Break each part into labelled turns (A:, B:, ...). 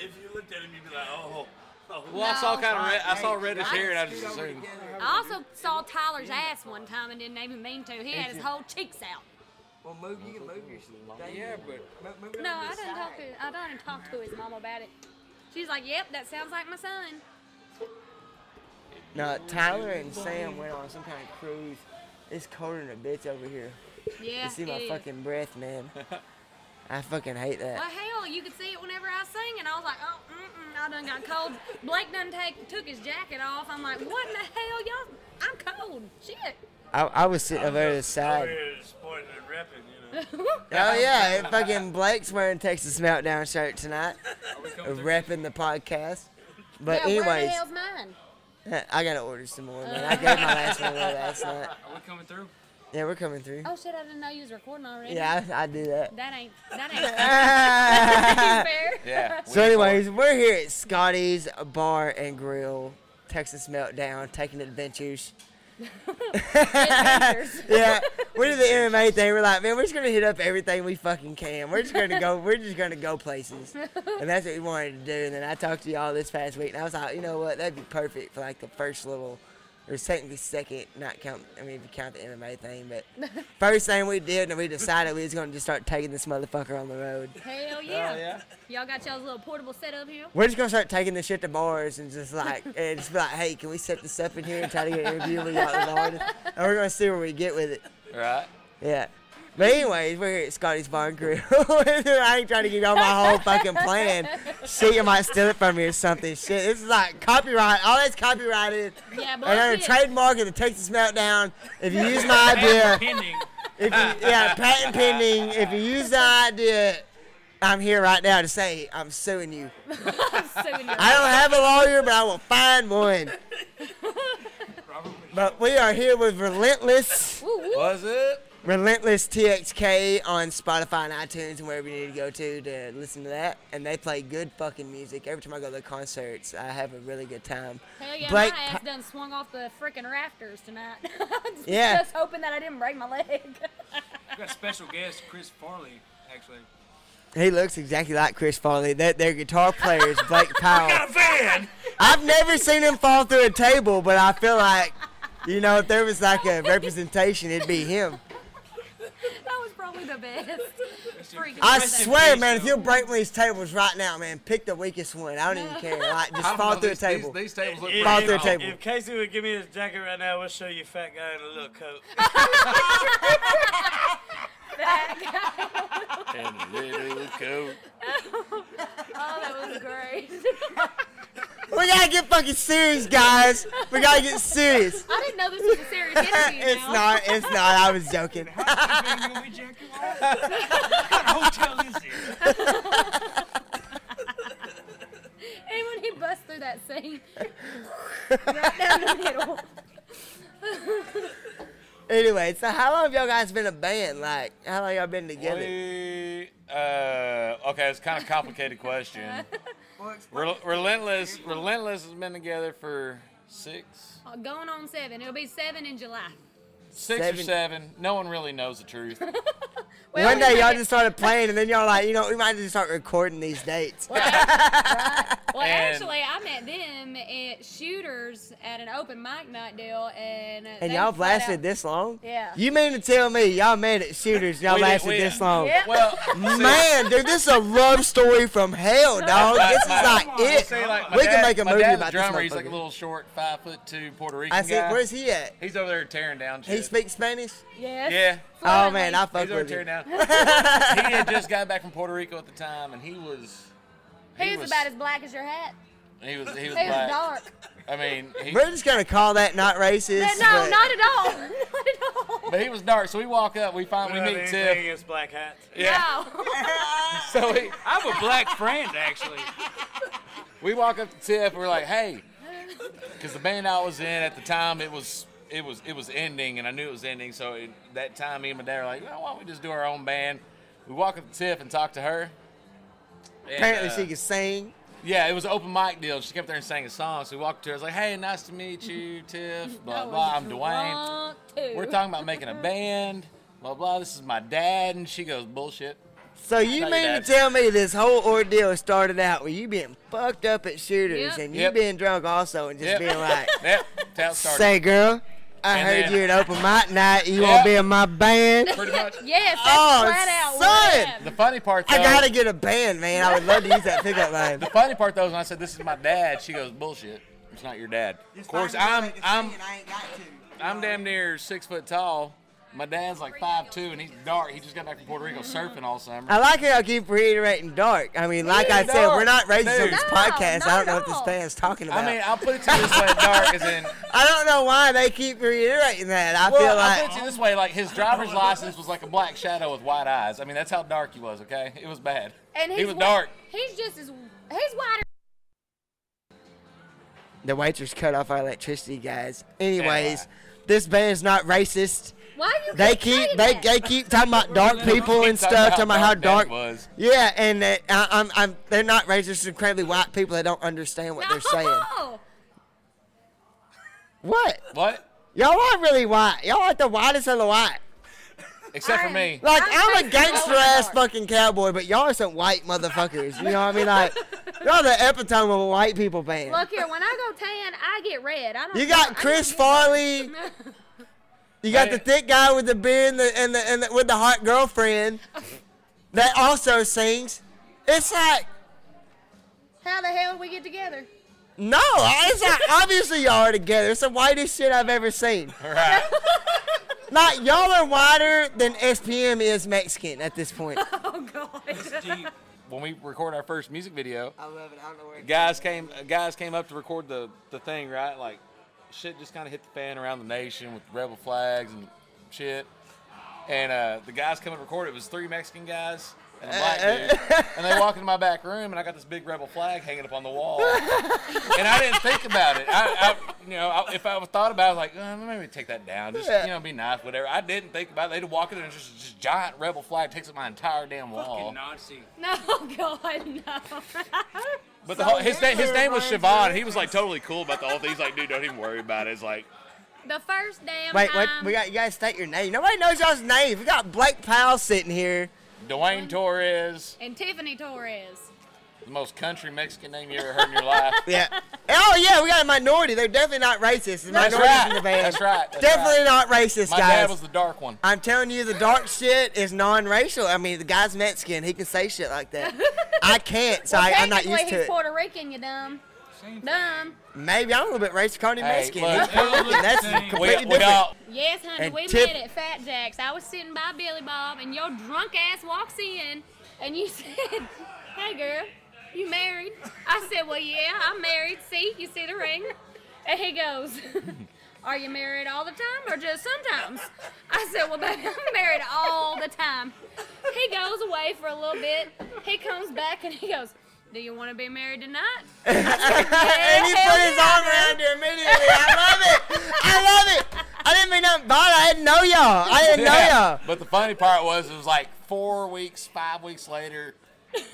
A: didn't mean to be like, oh. oh.
B: Well, I saw
C: No,
B: kind of red. I
C: hey,
B: saw reddish
C: I
B: hair, and I
C: scoot
B: just
C: over
B: assumed.
C: together.
D: I also saw Tyler's ass one time and didn't even mean to. He had his whole cheeks out.
C: Well, move you can move your thing.
B: Yeah, but
C: Move- move it
D: No,
C: over
D: I
C: the
D: done talked
C: side.
D: to I done talked to his mom about it. She's like, "Yep, that sounds like my son."
C: No, Tyler and Sam went on some kind of cruise. It's colder than a bitch over here.
D: Yeah,
C: You see
D: it
C: my
D: is.
C: fucking breath, man. I fucking hate
D: Well,
C: that.
D: hell, you could see it whenever I sing, and I was like, "Oh, mm-mm, I done got cold." Blake done take took his jacket off. I'm like, "What in the hell, y'all? I'm cold. Shit."
C: I, I was sitting over to the
A: Over
B: Oh,
C: side.
A: here supporting and repping, you know.
C: Oh yeah, and fucking Blake's wearing Texas Meltdown shirt tonight, repping the podcast. But
D: now, where the
C: anyways,
D: hell's mine?
C: I gotta order some more, man. I gave my last one away last night.
E: Are we coming through?
C: Yeah, we're coming through.
D: Oh shit, I didn't know you was recording already.
C: Yeah, I, I do that.
D: That ain't that ain't fair.
B: yeah.
C: So, anyways, we're here at Scotty's Bar and Grill, Texas Meltdown, taking adventures. yeah, we did the MMA thing. We're like, man, we're just gonna hit up everything we fucking can. We're just gonna go. We're just gonna go places, and that's what we wanted to do. And then I talked to y'all this past week, and I was like, you know what? That'd be perfect for like the first little, or technically second, not count. I mean, if you count the MMA thing, but first thing we did, and we decided we was gonna just start taking this motherfucker on the road.
D: Hell yeah. Y'all got y'all's little portable setup here.
C: We're just gonna start taking this shit to bars and just like and just be like, hey, can we set this up in here and try to get an interview with y'all in the morning? And we're gonna see where we get with it.
B: Right.
C: Yeah. But anyways, we're here at Scotty's Bar and Grill. I ain't trying to give y'all my whole fucking plan. Shit, you might steal it from me or something. Shit, this is like copyright. All that's copyrighted.
D: Yeah,
C: And under
D: bullshit.
C: trademark of the Texas Meltdown, if you use my idea,
E: Pending.
C: if you, yeah, patent pending. If you use the idea, I'm here right now to say I'm suing you.
D: Suing you.
C: I don't have a lawyer, but I will find one. But we are here with Relentless,
D: Woo, woo.
B: Was it?
C: Relentless TXK on Spotify and iTunes and wherever you need to go to to listen to that. And they play good fucking music. Every time I go to their concerts, I have a really good time.
D: Hell yeah,
C: Blake
D: my ass
C: Pa-
D: done swung off the freaking rafters tonight. Just-
C: Yeah.
D: Just hoping that I didn't break my leg.
E: We got special guest Chris Farley, actually.
C: He looks exactly like Chris Farley. Their, their guitar player is Blake Powell.
A: A fan!
C: I've never seen him fall through a table, but I feel like, you know, if there was like a representation, it'd be him.
D: that was probably the best. Freaking
C: I
E: Rest in
C: swear,
E: peace,
C: man, if
E: though.
C: you break one of these tables right now, man, pick the weakest one. I don't even care. Like, just
B: I don't
C: fall
B: know,
C: through a
B: these-
C: table.
B: These, these tables look
A: If-
C: Fall
B: pretty
C: through a
B: tall.
C: table.
A: If Casey would give me his jacket right now, we'll show you fat guy in a little coat.
D: back.
B: And little coat.
D: Oh, that was great.
C: We gotta get fucking serious, guys. We gotta get serious.
D: I didn't know this was a serious interview.
C: it's
D: now.
C: not. It's not. I was joking.
E: you gonna be jacking off? What kind of hotel is it?
D: And when he busts through that scene, right down the middle.
C: Anyway, so how long have y'all guys been a band? Like, how long y'all been together?
B: We, uh, okay, it's kind of complicated question.
C: Well,
B: Rel- Relentless, Relentless has been together for six,
D: Uh, Going on seven. It'll be seven in July.
B: six or
C: Seven.
B: seven. No one really knows the truth.
D: Well,
C: One day
D: we
C: y'all
D: might-
C: just started playing, and then y'all like, you know, we might just start recording these dates.
D: Well,
B: And-
D: actually, I met them at Shooters at an open mic night deal, and uh,
C: And
D: they
C: y'all
D: flat out-
C: lasted this long?
D: Yeah.
C: You mean to tell me y'all made it shooters? Y'all
B: We did-
C: lasted
B: we-
C: this long?
D: Yeah.
B: Well,
C: Man, dude, this is a love story from hell, dog. This is like
B: We'll
C: it.
B: say, like, my
C: We can
B: dad-
C: make a
B: my
C: movie
B: dad's
C: about this
B: drummer, He's like a
C: motherfucker.
B: little short, five foot two Puerto Rican
C: I said,
B: guy.
C: where's he at?
B: He's over there tearing down shit.
C: He speaks Spanish?
D: Yes.
B: Yeah.
C: Oh man, I
B: He's
C: fuck
B: over
C: with
B: tearing
C: him.
B: down. he had just got back from Puerto Rico at the time, and he was.
D: He was
B: was-
D: about as black as your hat.
B: He was. He was
D: He was
B: black.
D: dark.
B: I mean, he,
C: We're just gonna call that not racist.
D: no,
C: but-
D: not at all. Not at all.
B: but he was dark. So we walk up. We
A: We
B: finally
A: don't have
B: meet
A: anything
B: Tiff.
A: against black hats.
D: No.
B: So we,
E: I have a black friend, actually.
B: we walk up to Tiff. We're like, hey, because the band I was in at the time, it was it was it was ending, and I knew it was ending. So it, that time, me and my dad were like, well, why don't we just do our own band? We walk up to Tiff and talk to her. and,
C: Apparently
B: uh,
C: she can sing.
B: Yeah, it was an open mic deal. She kept there and sang a song. So we walked up to her. I was like, hey, nice to meet you, Tiff. Blah, blah. I'm Dwayne.
D: One, two.
B: We're talking about making a band. Blah, blah. This is my dad. And she goes, bullshit.
C: So you
B: No, you
C: mean to
B: don't.
C: tell me this whole ordeal started out with you being fucked up at shooters
D: Yep.
C: and you
B: Yep.
C: being drunk also and just
B: Yep.
C: being like,
B: Yep, that's how it started.
C: "Say, girl, I
B: And
C: heard
B: then-
C: you at open mic night. You want
B: Yep.
C: to be in my band?
B: Pretty much.
D: Yes, that's
C: Oh,
D: flat out what
C: son!
D: happened.
B: The funny part, though,
C: I gotta get a band, man. I would love to use that pickup line.
B: the funny part though, is when I said this is my dad, she goes, "Bullshit, it's not your dad." Of course, I'm, I'm,
E: I ain't got to.
B: I'm damn near six foot tall. My dad's like five two, and he's dark. He just got back from Puerto Rico surfing all summer.
C: I like how I keep reiterating dark. I mean, like I
B: Yeah,
C: said, we're not
B: dark.
C: racist on
B: Dude.
C: this
D: No,
C: podcast. I
D: not
C: don't know
D: at
C: what this
D: all.
C: band's talking about.
B: I mean, I'll put it to you this way: dark is in.
C: I don't know why they keep reiterating that. I
B: Well,
C: feel
B: I'll
C: like
B: put it to you this way: like his driver's license was like a black shadow with white eyes. I mean, that's how dark he was. Okay, it was bad.
D: And he's
B: he was
D: wa-
B: dark.
D: He's just as he's whiter.
C: the waitress cut off our electricity, guys. Anyways, this band's not racist.
D: Why you
C: They
D: saying
C: keep they,
D: that?
C: they keep talking about dark people
B: Keep
C: and
B: talking
C: stuff,
B: about
C: talking about
B: how
C: how
B: dark
C: dark.
B: that was.
C: Yeah, and that I, I'm I'm they're not racist. it's Incredibly white people that don't understand what
D: no.
C: they're saying. What?
B: What?
C: Y'all are really white. Y'all are the whitest of the white.
B: Except for
D: I-
B: me.
C: Like
D: I'm
C: I'm, a
D: basically
C: gangster
D: going
C: ass
D: dark.
C: fucking cowboy, but y'all are some white motherfuckers. You know what I mean? Like y'all the epitome of a white people band.
D: Look here, when I go tan, I get red. I don't.
C: you got
D: I don't
C: Chris
D: get-
C: Farley. You got the
B: Hey.
C: thick guy with the beard and the and the, and the with the hot girlfriend that also sings. It's like
D: How the hell did we get together?
C: no, it's like obviously y'all are together. It's the whitest shit I've ever seen.
B: All right.
C: Like y'all are whiter than SPM is Mexican at this point.
D: Oh God.
B: Gee, when we record our first music video,
C: I love it. I don't know where.
B: guys came guys came up to record the the thing, right? Like shit just kind of hit the fan around the nation with rebel flags and shit. And uh, the guys come and record. It was three Mexican guys and a black dude. And they walk into my back room, and I got this big rebel flag hanging up on the wall. and I didn't think about it. I, I you know, I, if I thought about it, I was like, uh maybe take that down. Just
C: Yeah.
B: you know, be nice, whatever. I didn't think about it. They'd walk in there and just just giant rebel flag takes up my entire damn wall.
E: Fucking Nazi.
D: No, God, no.
B: But the whole,
C: So
B: his, na- his
C: you're
B: name was
C: referring
B: Siobhan.
C: to-
B: He was like totally cool about the whole thing. He's like, dude, don't even worry about it. It's like,
D: the first damn
C: Wait, wait.
D: time.
C: We got you guys state your name. Nobody knows y'all's name. We got Blake Powell sitting here.
B: Dwayne Torres,
D: and Tiffany Torres.
B: the most country Mexican name you ever heard in your life.
C: Yeah. oh yeah, we got a minority. They're definitely not racist. The
B: That's
C: minorities
B: right.
C: in the band.
B: That's right. That's
C: Definitely
B: right.
C: not racist,
B: My
C: guys.
B: dad was the dark one.
C: I'm telling you, the dark shit is non-racial. I mean, the guy's Mexican. He can say shit like that. I can't, so
D: Well,
C: I, I'm not
D: technically,
C: used to
D: he's
C: it.
D: Puerto Rican, you dumb. Dumb.
C: Maybe I'm a little bit racist. Calling him
B: Hey,
C: Mexican.
B: look,
C: He's
E: look,
C: Mexican. That's
E: look, we-
B: We,
C: completely
B: we
C: different.
B: all,
D: Yes, honey,
C: And
D: we
C: Tiff-
D: met at Fat Jack's. I was sitting by Billy Bob, and your drunk ass walks in, and you said, "Hey, girl, you married?" I said, "Well, yeah, I'm married. See, you see the ring?" And he goes, "Are you married all the time, or just sometimes?" I said, "Well, baby, I'm married all the time." He goes away for a little bit. He comes back, and he goes, "Do you want to be married tonight?"
C: and he
D: Hell
C: put his
D: yeah,
C: arm around her immediately. I love it. I love it. I didn't mean nothing by it. I didn't know y'all. I didn't know
B: yeah.
C: y'all.
B: But the funny part was, it was like four weeks, five weeks later.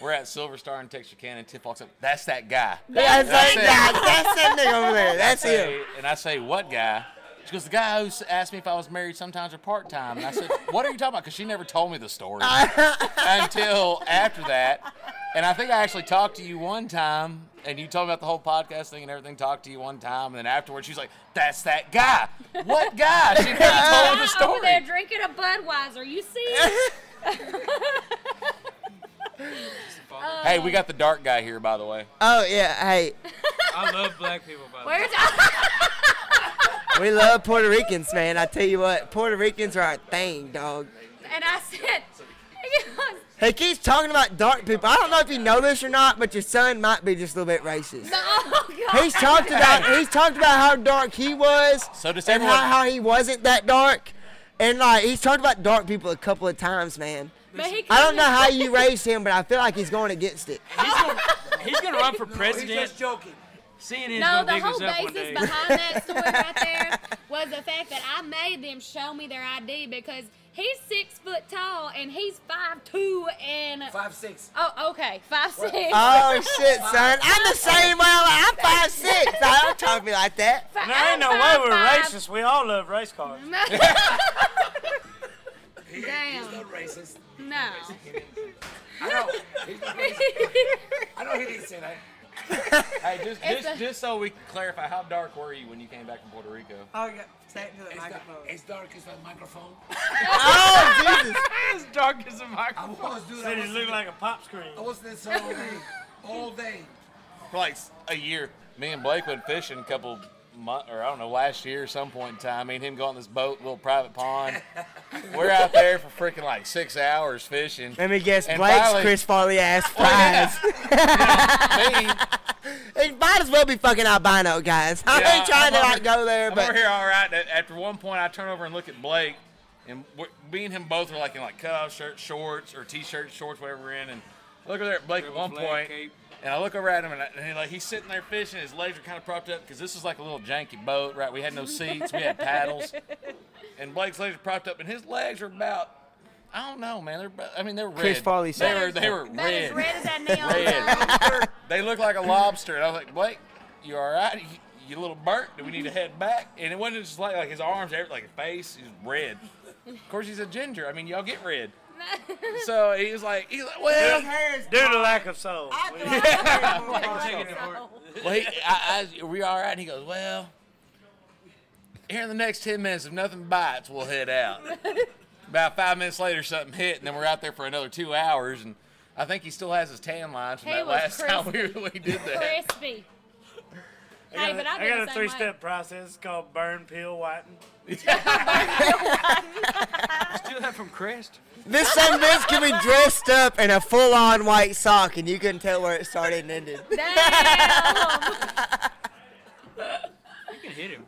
B: We're at Silver Star in Texarkana, and Tiff walks up. That's that guy.
C: That's,
B: That's
C: that
B: it.
C: guy. That's that nigga over there. That's
B: say-
C: him.
B: And I say, what guy? She goes, the guy who s- asked me if I was married sometimes or part time. And I said, what are you talking about? Because she never told me the story until after that. And I think I actually talked to you one time, and you told me about the whole podcast thing and everything. Talked to you one time, and then afterwards she's like, "That's that guy." What guy? She never told me the
D: Guy over there
B: story.
D: drinking a Budweiser. You see? it?
B: Hey, we got the dark guy here, by the way.
C: Oh yeah. Hey,
E: I love black people, by the way.
D: Where's
C: we love Puerto Ricans, man. I tell you what, Puerto Ricans are our thing, dog.
D: And I said,
C: He keeps talking about dark people. I don't know if you know this or not, but your son might be just a little bit racist.
D: oh God.
C: He's talked about he's talked about how dark he was
B: So does
C: and how,
B: everyone.
C: how he wasn't that dark. And like he's talked about dark people a couple of times, man.
D: But he
C: I don't know how you raised him, but I feel like he's going against it.
E: He's gonna, he's gonna run for president.
C: joking.
E: CNN's
D: No,
E: gonna
D: the
E: dig
D: whole
E: us up one
D: basis
E: day.
D: behind that story right there was the fact that I made them show me their ID because he's six foot tall and he's five two and
F: Five six.
D: oh okay five six.
C: Oh shit, son! I'm the same way. I'm five six. I don't talk to me like that.
D: Fi-
A: There ain't
D: I'm
A: no way
D: five
A: we're
D: five.
A: racist. We all love race cars.
D: Damn.
E: He's not racist.
D: No.
E: I know. He's not racist. I know he didn't say that.
B: Hey, just
D: It's
B: just,
D: a-
B: just so we can clarify, how dark were you when you came back from Puerto Rico?
F: Oh, yeah. Say it to the
E: It's, not,
F: microphone.
E: it's dark as a microphone.
C: Oh, Jesus.
G: as dark as a
E: I
G: microphone.
E: was, dude. I
A: Said
E: was,
A: he looked like a pop
E: I
A: screen.
E: was in this all day. All day.
B: For like s- a year. Me and Blake went fishing a couple months, or I don't know, last year, some point in time. Me and him go on this boat, little private pond. We're out there for freaking like six hours fishing.
C: Let me guess.
B: And
C: Blake's
B: finally-
C: Chris Farley ass
B: Well, yeah.
C: fries.
B: Me,
C: It might as well be fucking albino, guys. I
B: Yeah,
C: ain't trying
B: I'm
C: to
B: over-
C: not go there,
B: I'm
C: but
B: over here all right. and After one point, I turn over and look at Blake, and we're, me and him both are like in like cutoff shirt, shorts, or t-shirt shorts, whatever we're in. And I look over there at Blake at
A: Triple
B: one
A: flag
B: point,
A: cape.
B: and I look over at him, and, I, and he, like he's sitting there fishing. His legs are kind of propped up because this is like a little janky boat, right? We had no seats, we had paddles, and Blake's legs are propped up, and his legs are about. I don't know, man. They're, about- I mean, they're red.
C: Chris Farley's
B: They
C: hair.
B: were, they were
D: About as red as that neon
B: Red.
D: sign.
B: they look like a lobster. And I was like, Blake, you all right? You, you little burnt? Do we need to head back? And it wasn't just like like his arms, every- like his face, he's red. Of course, he's a ginger. I mean, y'all get red. So he was like, he's like,
F: His
B: well,
F: hair is
A: Due to lack of soul.
F: I
A: We-
F: thought his hair was
A: chicken
F: black.
A: heart.
B: well he, I, I, are we all right? And he goes, well, here in the next ten minutes, if nothing bites, we'll head out. About five minutes later, something hit, and then we're out there for another two hours. And I think he still has his tan lines from
D: He
B: that
D: was
B: last time we, we did that.
D: Crispy. Hey, but I've
A: I
D: been
A: got
D: the
A: a
D: same
A: three
D: way.
A: step process It's called burn, peel, whiten.
G: Steal that from Crest.
C: this son of a bitch can be dressed up in a full on white sock and you couldn't tell where it started and ended.
D: Damn.
G: You can hit him.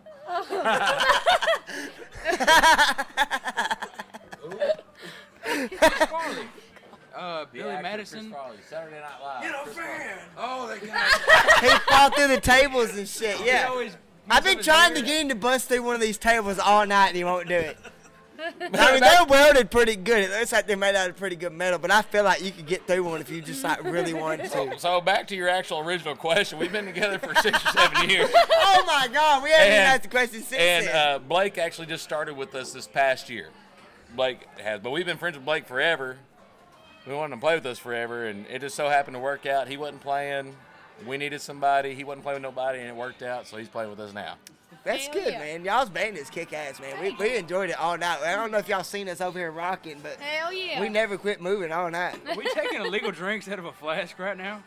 G: Uh, Billy Madison.
B: Saturday Night Live.
E: You know, man. Oh, that guy.
C: He fall through the tables and shit,
G: He
C: yeah.
G: always
C: I've been
G: messes up
C: trying
G: his
C: to
G: hair.
C: get him to bust through one of these tables all night and he won't do it. I mean, they're welded pretty good. It looks like they're made out of pretty good metal, but I feel like you could get through one if you just like really wanted to.
B: So back to your actual original question. We've been together for six or seven years,
C: Oh my god, we haven't even
B: And-
C: asked the question since
B: and
C: then.
B: uh, Blake actually just started with us this past year. Blake has, but we've been friends with Blake forever. We wanted him to play with us forever, and it just so happened to work out. He wasn't playing. We needed somebody. He wasn't playing with nobody, and it worked out. So he's playing with us now.
C: That's
D: Hell
C: good,
D: yeah.
C: man. Y'all's band is kick ass, man. We,
D: Thank
C: we enjoyed it all night. I don't know if y'all seen us over here rocking, but
D: Hell yeah.
C: we never quit moving all night.
G: Are we taking illegal drinks out of a flask right now?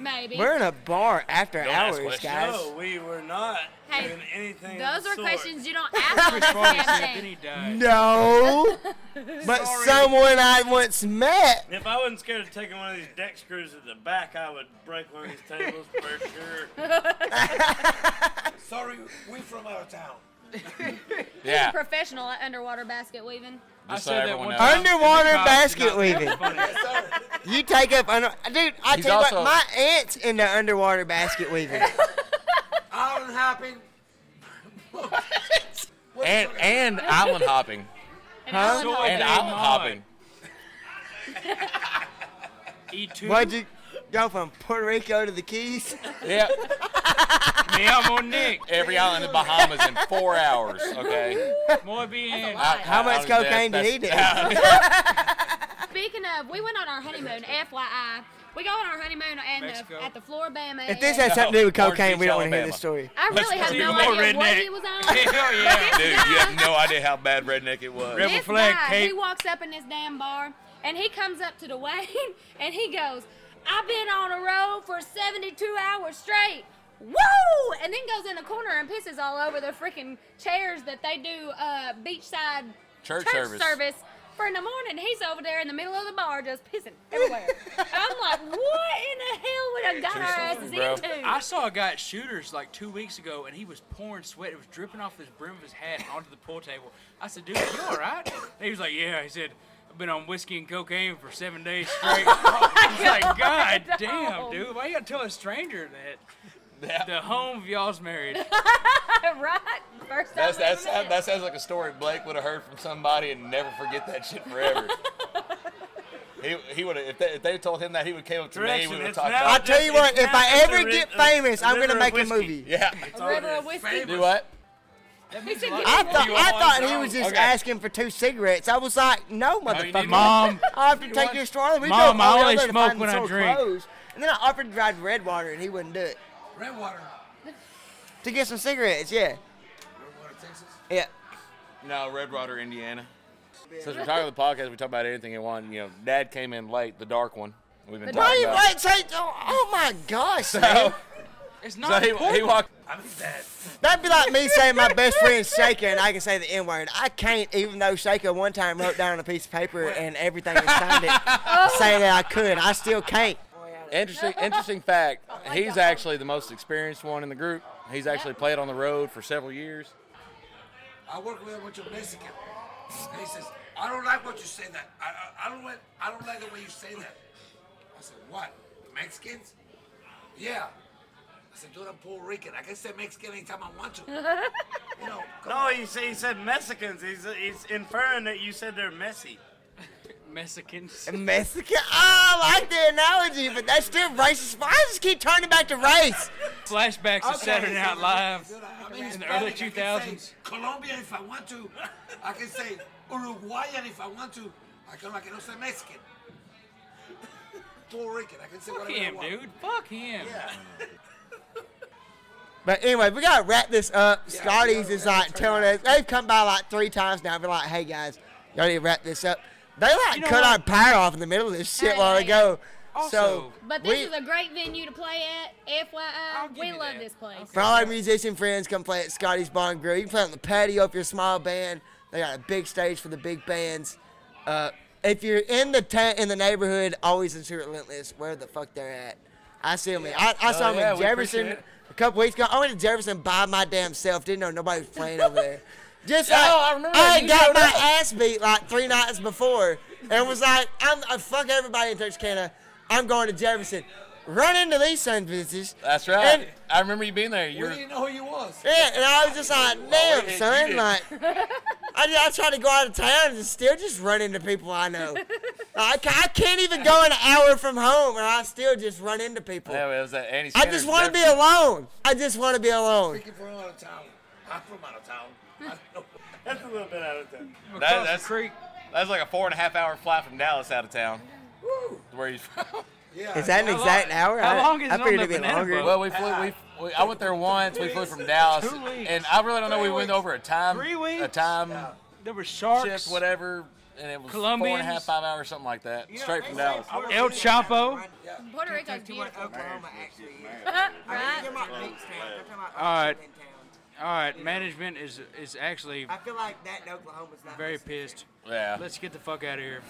D: Maybe.
C: We're in a bar after
B: Don't ask
C: hours,
B: questions.
C: guys.
A: No, we were not
D: Hey,
A: doing anything. of
D: Those
A: the
D: are
A: sort.
D: questions you don't ask on this
G: Probably said
D: damn
G: then
D: thing.
G: he died.
C: No, but someone I once met.
A: If I wasn't scared of taking one of these deck screws at the back, I would break one of these tables for sure.
E: Sorry, we from out of town.
B: Yeah.
D: Professional at underwater basket weaving.
G: I
B: Just so
G: said that
B: everyone
G: one
B: knows.
G: time.
C: Underwater
G: And the crowd did
C: basket
G: not think it was funny.
C: You take up under, dude. I
B: He's
C: tell you
B: also-
C: what, my aunt's in the underwater basket weaving.
E: Island hopping.
B: And and island hopping.
D: Huh?
G: So
B: And
G: damn
B: island
G: hard.
B: hopping.
G: E2.
C: Why'd you go from Puerto Rico to the Keys?
B: Yeah.
G: Me amo Nick.
B: Every island in the Bahamas in four hours. Okay.
G: Muy bien.
B: I- I-
C: How much
B: I was-
C: cocaine did he do?
B: that's-
D: Speaking of, we went on our honeymoon, FYI. We go on our honeymoon and
G: Mexico.
D: the, at the Floribama.
C: If this has something to do with
B: No, Orange
C: cocaine, we
B: Beach,
C: don't want to hear
B: Alabama.
C: this story.
D: I really have
G: Even
D: no
G: more
D: idea what
G: redneck.
D: he was on.
G: Hell yeah.
B: Dude, you have no idea how bad redneck it was.
G: Rebel
D: this
G: flag,
D: guy,
G: Kate.
D: he walks up in this damn bar and he comes up to Dwayne and he goes, I've been on a road for 72 hours straight. Woo! And then goes in the corner and pisses all over the freaking chairs that they do uh, beachside
B: Church service.
D: service for in the morning. He's over there in the middle of the bar just pissing everywhere. I'm like, what in the hell would a guy our asses
B: bro.
D: into?
G: I saw a guy at Shooters like two weeks ago, and he was pouring sweat. It was dripping off his brim of his hat onto the pool table. I said, "Dude, you all right?" And he was like, "Yeah." He said, "I've been on whiskey and cocaine for seven days straight." I was like, "God damn, dude! Why you gotta tell a stranger that
B: That-
G: the home of y'all's married?"
D: right? First
B: That's,
D: time.
B: that's, that, that sounds like a story Blake would have heard from somebody and never forget that shit forever. he he would have if they, if they told him that he would came up to me
A: Direction,
B: we would have
A: it's
B: talked
A: now
C: I
B: about.
C: tell you what, if I
A: It's
C: ever
A: a
C: get
A: ri- a-
C: famous,
A: a
C: I'm gonna
A: river of
C: make a
A: whiskey.
C: movie.
B: Yeah.
D: a river of whiskey.
B: Do what?
G: That
D: He
G: means a
D: said,
G: lot.
D: "Get
C: I
D: it
C: thought
G: You
C: I
G: want
C: thought
G: one?
C: he was just
B: Okay.
C: asking for two cigarettes. I was like, no,
G: you need
C: motherfucker.
G: one.
C: I have to
G: You
C: take
G: want-
C: your straw. We
G: Mom,
C: go
G: I
C: all the
G: only
C: way to
G: smoke
C: find
G: when I
C: some
G: drink.
C: clothes. And then I offered to drive red water, and he wouldn't do it
E: Redwater.
C: to get some cigarettes. Yeah,
E: Redwater, Texas.
C: yeah.
B: No, Red Rodder, Indiana. Since we're talking about the podcast, we talk about anything you want. You know, Dad came in late, the dark one. We've been
D: The
C: Why
B: talking
C: you
B: about.
C: like say? Oh, oh my gosh,
B: So,
C: man.
G: It's
B: so
G: not
B: he, he
G: important.
B: walked.
E: I'm his dad.
C: That'd be like me saying my best friend's Shaker, and I can say the N word. I can't, even though Shaker one time wrote down on a piece of paper and everything and signed it, saying that I could. I still can't.
B: Interesting, interesting fact. He's actually the most experienced one in the group. He's actually played on the road for several years.
E: I work with a bunch of Mexican. And he says, I don't like what you say that. I, I, I don't like I don't like the way you say that. I said, what? Mexicans? Yeah. I said, dude, I'm Puerto Rican. I can say Mexican anytime I want to. you know, come
A: No, he said, he said Mexicans. He's, he's inferring that you said they're messy.
G: Mexicans.
C: Mexican. Oh, I like the analogy, but that's still racist. Why I just keep turning back to race?
G: Flashbacks
E: on.
G: of Saturday Night Live.
E: Dude, I- I'm
G: in the
E: Hispanic.
G: early
E: I can
G: 2000s.
E: say Colombian if I want to. I can say Uruguayan if I want to. I can, I can also say Mexican. Puerto Rican. I can say
G: Fuck
E: whatever I
G: him,
E: want.
G: dude. Fuck him.
C: But anyway, we gotta wrap this up. Scotty's
E: yeah,
C: is
E: yeah,
C: like
E: turn
C: telling us they've come by like three times now. Be like, hey guys, y'all need to wrap this up. They like
G: You know
C: cut
G: what?
C: our power off in the middle of this shit
D: Hey,
C: while
D: hey,
C: ago. so
G: Also-
D: But this
C: we-
D: is a great venue to play at. FYI,
G: I'll give
D: we
G: you
D: love
G: that.
D: this place.
C: For all our musician friends, come play at Scotty's Bar and Grill. You can play on the patio if you're a small band. They got a big stage for the big bands. Uh, if you're in the ta- in the neighborhood, always ensure relentless where the fuck they're at. I see them. I, I saw
B: Oh,
C: them
B: yeah,
C: in
B: we
C: Jefferson
B: appreciate it.
C: a couple weeks ago. I went to Jefferson by my damn self. Didn't know nobody was playing over there. Just
B: Yeah,
C: like,
B: oh, I remember
C: I
B: that.
C: had
B: You
C: got
B: showed
C: my
B: up.
C: ass beat like three nights before, and was like, I'm I fuck everybody in Texarkana. I'm going to Jefferson. Run into these son of bitches.
B: That's right.
C: And-
B: I remember you being there.
E: We
B: You were,
E: didn't know who you was.
C: yeah, and I was just
G: Oh,
C: like, damn,
B: yeah, you
C: son,
B: did.
C: like, I, I try to go out of town and still just run into people I know. I, ca- I can't even go an hour from home and I still just run into people.
B: yeah, it was at Andy
C: I just want to be alone. I just want to be alone.
E: Speaking from out of town. I'm from out of town. I don't know.
A: That's a little bit out of town.
G: Across
B: That-
G: the
B: that's-
G: creek.
B: That's like a four and a half hour flight from Dallas out of town. Where he's from.
E: Yeah.
C: Is that an
G: How long-
C: exact hour?
G: how
C: I-
G: long is
C: I
G: it on
C: figured
G: the
C: it'd be
G: banana
C: longer.
G: boat?
B: Well, we flew. We, we I went there once. We flew from Dallas,
G: Two weeks.
B: and I really don't know. We
G: Three
B: went
G: weeks.
B: over a time,
G: Three
B: a
G: weeks.
B: time
G: There were
B: shift,
G: sharks.
B: whatever, and it was four and a half,
G: Colombians.
B: five hours, something like that, straight from
F: they
B: Dallas.
G: El Chapo.
D: Puerto Rico is
F: Texas, you went
D: beautiful.
F: Oklahoma, actually.
D: Right?
F: They're not meat strands, they're talking about
G: All right.
F: Mexican towns.
G: All right, management is is actually
F: I feel like that in Oklahoma's not.
G: very
F: Mexican.
G: pissed.
B: Yeah.
G: Let's get the fuck out of here.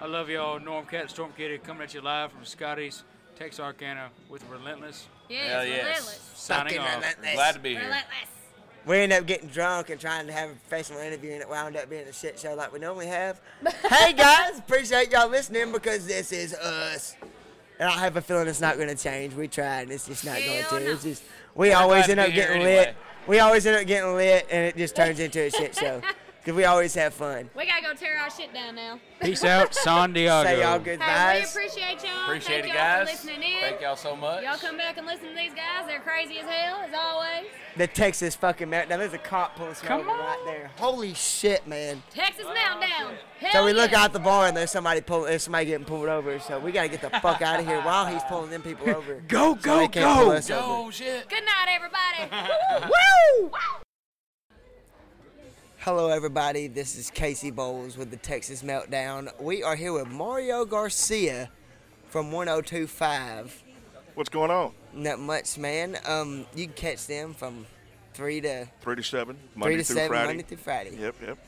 G: I love y'all. Norm Cat, Storm Kitty, coming at you live from Scotty's Texarkana with Relentless.
D: Yeah,
B: Hell
D: it's
B: yes.
D: relentless.
G: Signing
C: Fucking
G: off.
C: relentless.
B: Glad to be here.
D: Relentless.
C: We end up getting drunk and trying to have a professional interview, and it wound up being a shit show like we normally have. hey guys, appreciate y'all listening because this is us. And I have a feeling it's not going to change. We tried, and it's just not going
D: Hell
C: to.
D: no.
C: It's just we
B: We're
C: always
B: glad to
C: end up
B: be here
C: getting
B: anyway.
C: lit. We always end up getting lit, and it just turns into a shit show because we always have fun.
D: We gotta go tear our shit down now.
G: Peace out, San Diego.
C: Say y'all good
D: Hey, we
C: vibes.
D: appreciate y'all.
B: Appreciate
D: Thank
B: it,
D: y'all
B: guys.
D: for listening in.
B: Thank y'all so much.
D: Y'all come back and listen to these guys. They're crazy as hell, as always.
C: the Texas fucking mountain. Now there's a cop pulling smoke
G: Come
C: right
G: on.
C: there. Holy shit, man.
D: Texas Meltdown. Hell
C: So we look
D: yeah.
C: out the bar and there's somebody pulling, there's somebody getting pulled over. So we gotta get the fuck out of here while he's pulling them people over. so
G: Go,
C: they
G: go,
C: can't pull
G: go.
C: us over.
B: shit.
D: Good night, everybody.
C: Woo! Hello, everybody. This is Casey Bowles with the Texas Meltdown. We are here with Mario Garcia from 1025.
H: What's going on?
C: Not much, man. Um, you can catch them from three to
H: Three to seven,
C: three
H: Monday
C: to
H: through
C: seven,
H: Friday.
C: Monday through Friday.
H: Yep, yep,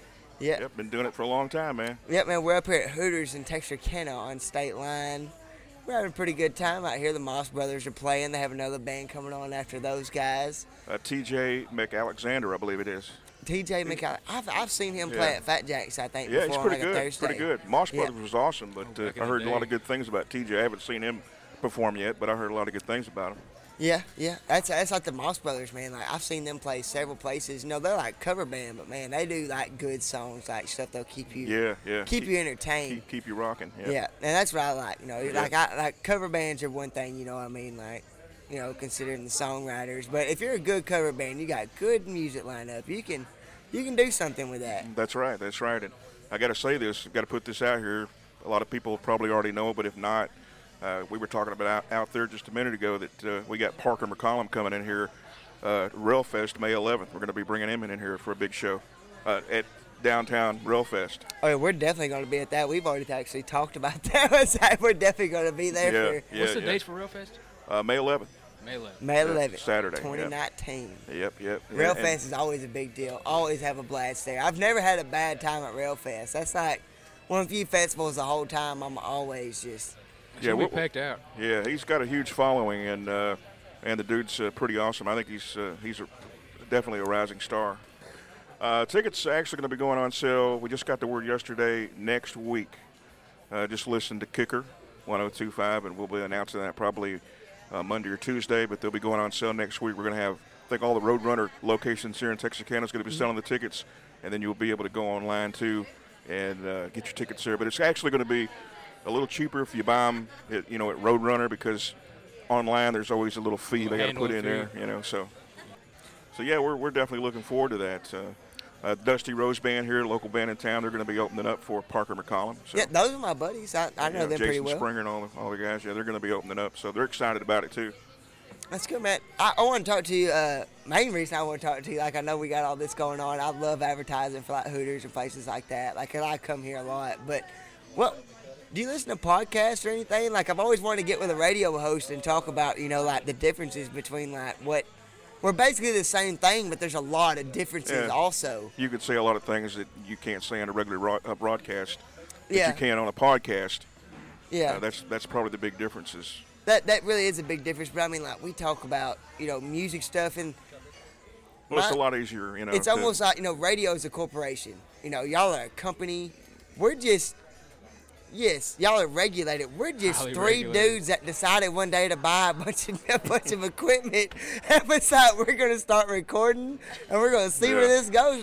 C: Yep.
H: yep. Been doing it for a long time, man.
C: Yep, man, we're up here at Hooters in Texarkana on State Line. We're having a pretty good time out here. The Moss Brothers are playing. They have another band coming on after those guys.
H: Uh, T.J. McAlexander, I believe it is.
C: TJ McAllen. I've, I've seen him play
H: Yeah.
C: at Fat Jack's, I think,
H: Yeah,
C: before
H: he's
C: on
H: pretty
C: like a
H: good.
C: Thursday.
H: Pretty good. Moss
C: Yeah.
H: Brothers was awesome, but uh,
G: Oh, back in
H: I
G: the
H: heard a lot
G: day.
H: of good things about T.J. I haven't seen him perform yet, but I heard a lot of good things about him.
C: Yeah, yeah. That's that's like the Moss Brothers, man. Like I've seen them play several places. You know, they're like cover band, but man, they do like good songs, like stuff that'll keep you
H: Yeah, yeah.
C: keep you entertained.
H: Keep, keep you rocking. Yeah.
C: Yeah, and that's what I like. You know, like I like cover bands are one thing. You know what I mean? Like you know, considering the songwriters. But if you're a good cover band, you got good music lineup. You can, you can do something with that.
H: That's right. That's right. And I got to say this. Got to put this out here. A lot of people probably already know, but if not, uh, we were talking about out, out there just a minute ago that uh, we got Parker McCollum coming in here. Uh, Railfest May 11th. We're going to be bringing him in here for a big show uh, at downtown Railfest.
C: Oh, yeah, we're definitely going to be at that. We've already actually talked about that. we're definitely going to be there
H: Yeah,
C: for
H: yeah.
G: What's the
H: yeah.
G: dates for Real Fest?
H: Uh, May 11th.
G: May 11th.
C: May
H: Yeah,
C: 11th,
H: Saturday, yeah.
C: 2019.
H: Yep, yep. yeah,
C: Rail
H: and-
C: Fest is always a big deal. Always have a blast there. I've never had a bad time at Rail Fest. That's like one of the few festivals the whole time I'm always just.
H: Yeah,
G: we
H: we-
G: packed out.
H: Yeah, he's got a huge following, and uh, and the dude's uh, pretty awesome. I think he's uh, he's a, definitely a rising star. Uh, tickets actually going to be going on sale. We just got the word yesterday. Next week, uh, just listen to Kicker 102.5, and we'll be announcing that probably uh, Monday or Tuesday. But they'll be going on sale next week. We're going to have I think all the Roadrunner locations here in Texarkana is going to be selling the tickets, and then you'll be able to go online too and uh, get your tickets there. But it's actually going to be a little cheaper if you buy them, at, you know, at Roadrunner because online there's always a little fee they got to put in
G: Handling
H: there, you know. So, so yeah, we're, we're definitely looking forward to that. Uh, uh, Dusty Rose Band here, local band in town, they're going to be opening up for Parker McCollum. So,
C: Yeah, those are my buddies. I, I
H: you
C: know
H: know,
C: them
H: Jason
C: pretty well.
H: Springer and all the, all the guys, yeah, they're going to be opening up. So they're excited about it too.
C: That's good, man. I, I want to talk to you. Uh, main reason I want to talk to you, like I know we got all this going on. I love advertising for like Hooters and places like that. Like 'cause I come here a lot, but well, do you listen to podcasts or anything? Like I've always wanted to get with a radio host and talk about you know like the differences between like what we're basically the same thing, but there's a lot of differences
H: Yeah.
C: also.
H: You could say a lot of things that you can't say on a regular ro- uh, broadcast that
C: Yeah.
H: you can on a podcast.
C: Yeah,
H: Uh, that's that's probably the big difference is
C: that that really is a big difference. But I mean, like we talk about you know music stuff and
H: well, it's a
C: My-
H: lot easier, you know.
C: it's
H: to-
C: almost like you know radio is a corporation you know y'all are a company we're just yes y'all are regulated we're just
G: Highly
C: three
G: regulated.
C: dudes that decided one day to buy a bunch of a bunch of equipment and we thought we're gonna start recording and we're gonna see
H: Yeah.
C: where this goes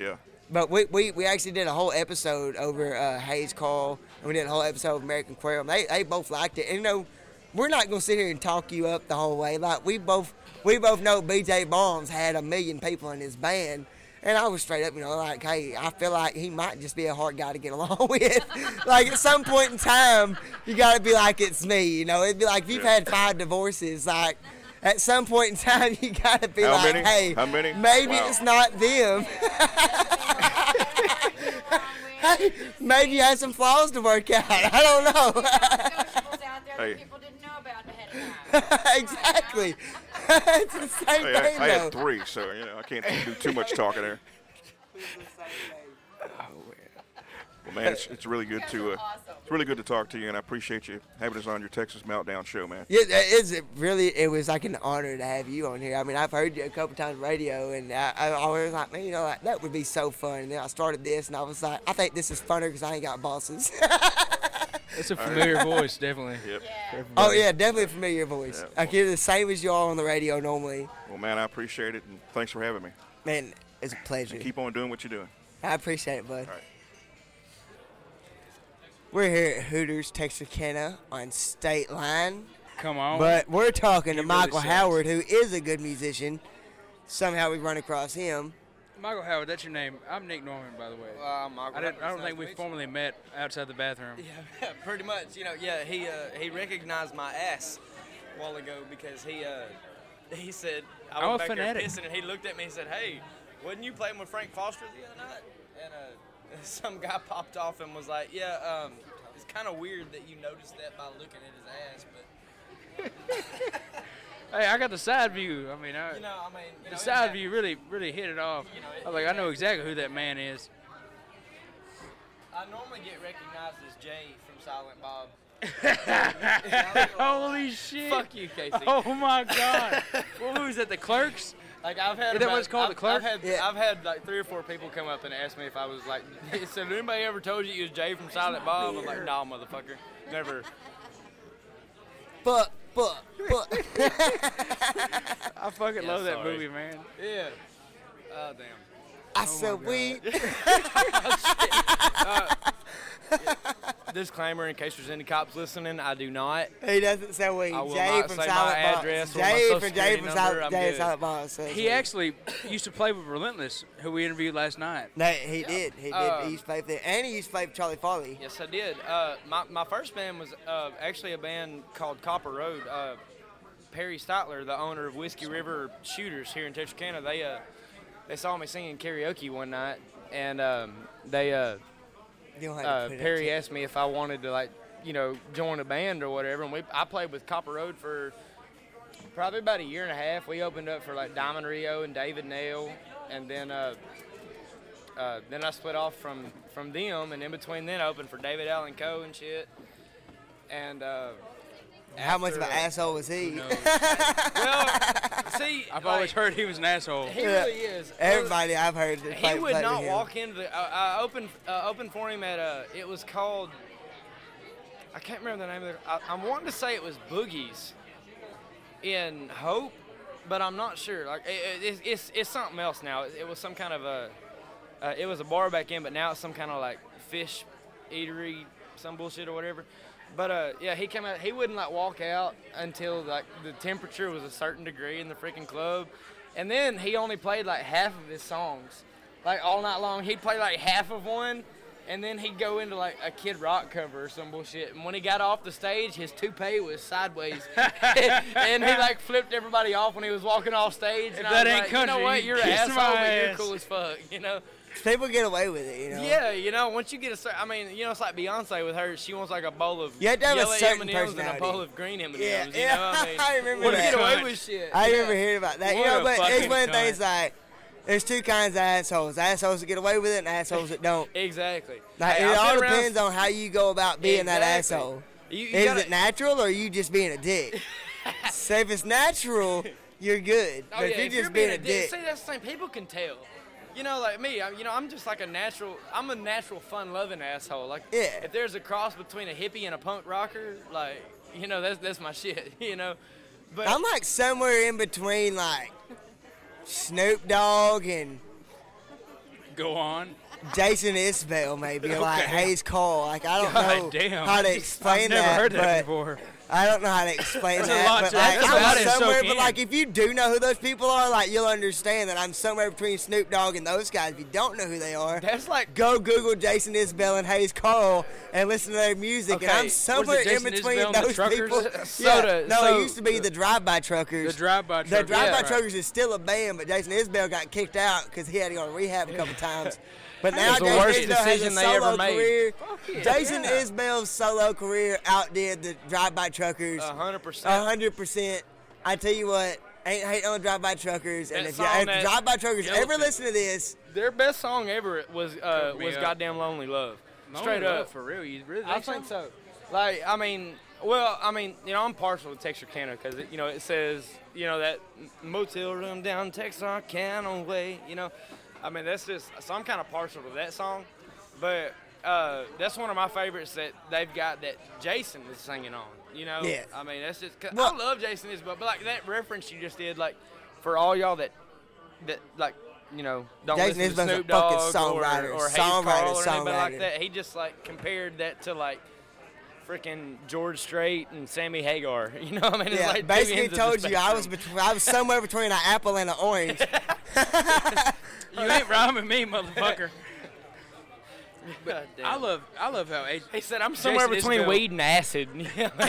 H: yeah.
C: but we, we, we actually did a whole episode over uh, Hayes Call, and we did a whole episode of American Aquarium. They, they both liked it. And, you know, we're not going to sit here and talk you up the whole way. Like, we both we both know BJ Bombs had a million people in his band. And I was straight up, you know, like, hey, I feel like he might just be a hard guy to get along with. like, at some point in time, you got to be like, it's me, you know? It'd be like, if you've had five divorces, like, at some point in time, you got to be
H: How
C: like,
H: many?
C: hey,
H: How many?
C: maybe
H: Wow.
C: it's not them. Hey, maybe you had some flaws to work out. I don't know.
I: out there
H: Hey.
I: that people didn't know about ahead of time.
C: exactly. it's the same
H: Hey, I,
C: thing,
H: Oh, I
C: though.
H: had three, so you know I can't do too much talking there. Well, man, it's, it's really good to uh, it's really good to talk to you, and I appreciate you having us on your Texas Meltdown show, man.
C: Yeah, it is it really. It was like an honor to have you on here. I mean, I've heard you a couple times on radio, and I, I always like, man, you know, like, that would be so fun. And then I started this, and I was like, I think this is funner because I ain't got bosses.
G: It's a familiar voice, definitely.
H: Yep.
C: oh yeah, definitely a familiar voice.
H: Yeah.
C: Like you're the same as you are on the radio normally.
H: Well, man, I appreciate it, and thanks for having me.
C: Man, it's a pleasure.
H: Keep on doing what you're doing.
C: I appreciate it, bud.
H: right.
C: We're here at Hooters, Texarkana on State Line.
G: Come on.
C: But we're talking to
G: He really
C: Michael
G: sucks.
C: Howard, who is a good musician. Somehow we run across him.
G: Michael Howard, that's your name. I'm Nick Norman, by the way.
J: Um,
G: I, didn't, I don't think we formally met outside the bathroom.
J: Yeah, pretty much. You know, yeah, he uh, he recognized my ass a while ago because he uh, he said I was
G: I'm a
J: back
G: fanatic.
J: there pissing, and he looked at me and said, "Hey, wasn't you playing with Frank Foster the other night?" And uh, some guy popped off and was like, "Yeah, um, it's kind of weird that you noticed that by looking at his ass, but
G: Hey, I got the side view. I mean, I,
J: you know, I mean, you know,
G: the
J: it
G: side
J: happened."
G: view really, really hit it off.
J: You know,
G: I was like,
J: it-
G: I know exactly who that man is.
J: I normally get recognized as Jay from Silent Bob.
G: Holy shit!
J: Fuck you, Casey.
G: Oh my god! what was that? The Clerks?
J: Like I've had
G: Is that what
J: about-
G: it's called,
J: I've,
G: the
J: I've
G: clerk?
J: had
C: Yeah.
J: I've had like three or four people come up and ask me if I was like. so did anybody ever told you you was Jay from Silent Bob? I'm like, nah, motherfucker, never.
C: But, but, but.
J: Oh
G: I fucking
J: Yeah,
G: love that
J: sorry.
G: movie, man.
J: Yeah. Oh damn.
C: I said, we.
J: disclaimer in case there's any cops listening, I do not.
C: He doesn't sell weed.
J: I will
C: Jay
J: not
C: from
J: say
C: Silent
J: my
C: Bob.
J: address or my
C: Jay
J: social
C: from Jay
J: security
C: from
J: number.
C: Silent-
J: I'm
C: Jay
J: good.
C: Silent Bob says
G: He
C: weed.
G: actually used to play with Relentless, who we interviewed last night.
C: No, he did. He did.
J: Uh,
C: he used to play for them. And he used to play for Charlie Farley.
J: Yes, I did. Uh, my, my first band was uh, actually a band called Copper Road. Uh, Perry Stotler, the owner of Whiskey River Shooters here in Texarkana, they uh, they saw me singing karaoke one night, and um, they uh,
C: You don't have to
J: uh,
C: put it
J: Perry
C: to-
J: asked me if I wanted to like you know join a band or whatever, and we I played with Copper Road for probably about a year and a half. We opened up for like Diamond Rio and David Nail, and then. Uh, uh, then I split off from from them, and in between then, I opened for David Allen Coe and shit. And uh,
C: How much of an
J: after, uh,
C: asshole was he?
J: well, see,
G: I've always heard he was an asshole.
J: he really is.
C: Everybody I've heard. that
J: He
C: played-
J: would
C: played with
J: not
C: him.
J: walk into the. I, I opened uh, opened for him at a. It was called. I can't remember the name of it. I, I'm wanting to say it was Boogies, in Hope, but I'm not sure. Like it, it, it's, it's it's something else now. It, it was some kind of a. Uh, it was a bar back in, but now it's some kind of like fish eatery, some bullshit or whatever. But uh, yeah, he came out. He wouldn't like walk out until like the temperature was a certain degree in the freaking club, and then he only played like half of his songs, like all night long. He'd play like half of one, and then he'd go into like a Kid Rock cover or some bullshit. And when he got off the stage, his toupee was sideways, and he like flipped everybody off when he was walking off stage. And I
G: that
J: was
G: ain't
J: like, you
G: country,
J: know what? You're an
G: kiss
J: asshole,
G: my
J: but you're
G: ass."
J: cool as fuck. You know.
C: People get away with it, you know.
J: Yeah, you know, once you get a certain, I mean, you know, it's like Beyonce with her. She wants like a bowl of
C: You have to have a
J: yellow
C: certain
J: M&Ms and a
C: personality.
J: bowl of green M&Ms.
C: Yeah,
J: you know
C: yeah.
J: what I mean?
C: I remember
J: Wanna
C: that.
J: get away
G: Cunt.
J: with shit.
C: I
J: yeah.
C: never heard about that.
G: What
C: you know,
G: a
C: but it's
G: fucking
C: one
G: cunt.
C: thing. It's like there's two kinds of assholes: assholes that get away with it and assholes that don't.
J: Exactly.
C: Like,
J: Hey,
C: it
J: I've
C: all
J: been around-
C: depends on how you go about being that
J: Exactly.
C: asshole.
J: You, you
C: is
J: gotta-
C: it natural or are you just being a dick? so if it's natural, you're good.
J: Oh,
C: but
J: yeah,
C: if you're just being, a dick,
J: see that's the thing. People can tell. You know, like me, I'm, you know, I'm just like a natural. I'm a natural, fun-loving asshole. Like,
C: Yeah.
J: if there's a cross between a hippie and a punk rocker, like, you know, that's that's my shit. You know, but
C: I'm like somewhere in between, like Snoop Dogg and
G: Go on.
C: Jason Isbell, maybe, or like
G: Okay.
C: Hayes Cole. Like I don't
G: God
C: know
G: damn.
C: how to
G: I've
C: explain
G: never
C: that,
G: heard that
C: but
G: before.
C: I don't know how to explain
G: There's a
C: that.
G: lot
C: but
G: to
C: like,
G: it. That's
C: I'm
G: about it,
C: somewhere,
G: soak
C: but
G: in.
C: like if you do know who those people are, like you'll understand that I'm somewhere between Snoop Dogg and those guys. If you don't know who they are,
J: that's like
C: go Google Jason Isbell and Hayes Cole and listen to their music. and
J: Okay,
C: I'm
J: was it
C: somewhere in
G: Jason
C: between
G: Isbell and the
C: those
G: Truckers?
C: people.
J: So
C: yeah,
J: the-
C: no,
J: so-
C: it used to be the Drive-By Truckers.
G: The drive-by
C: The
G: truck.
C: Drive-By
J: yeah.
C: Truckers is still a band, but Jason Isbell got kicked out because he had to go to rehab a couple times. But now
J: was the
C: Jason
J: worst
C: Isbell has a
J: decision they ever
C: solo
J: made.
C: career. Jason Isbell's solo career outdid the Drive-By Truckers
J: a hundred percent.
C: a hundred percent. I tell you what, ain't hating on drive-by truckers, and
J: That
C: if, you,
J: song
C: if
J: that-
C: drive-by truckers
J: Yep.
C: ever listen to this,
J: Their best song ever was uh,
G: Took me
J: was
G: up.
J: "Goddamn Lonely Love."
G: Lonely
J: Straight
G: Love,
J: up,
G: for real. You really
J: I think so. Like, I mean, well, I mean, you know, I'm partial to Texarkana because you know it says, you know, that m- motel room down Texarkana way. You know, I mean, that's just so I'm kind of partial to that song, but uh, that's one of my favorites that they've got that Jason was singing on. You know,
C: Yeah.
J: I mean, that's just 'cause
C: Well-
J: I love Jason Isbell, but like that reference you just did, like for all y'all that that like you know don't
C: Jason
J: listen to
C: Isbell's a
J: Snoop
C: fucking
J: Dogg
C: songwriter,
J: or, or Hayes
C: songwriter,
J: Cole or anybody
C: songwriter.
J: like that. He just like compared that to like freaking George Strait and Sammy Hagar. You know what I mean? It's
C: yeah,
J: like two
C: basically
J: ends of the
C: told you I was
J: spectrum.
C: between, I was somewhere between an apple and an orange.
G: You ain't rhyming me, motherfucker.
J: God damn.
G: I love, I love how H-
J: He said I'm somewhere
G: Jason
J: between
G: Isbell.
J: weed and acid. You know what I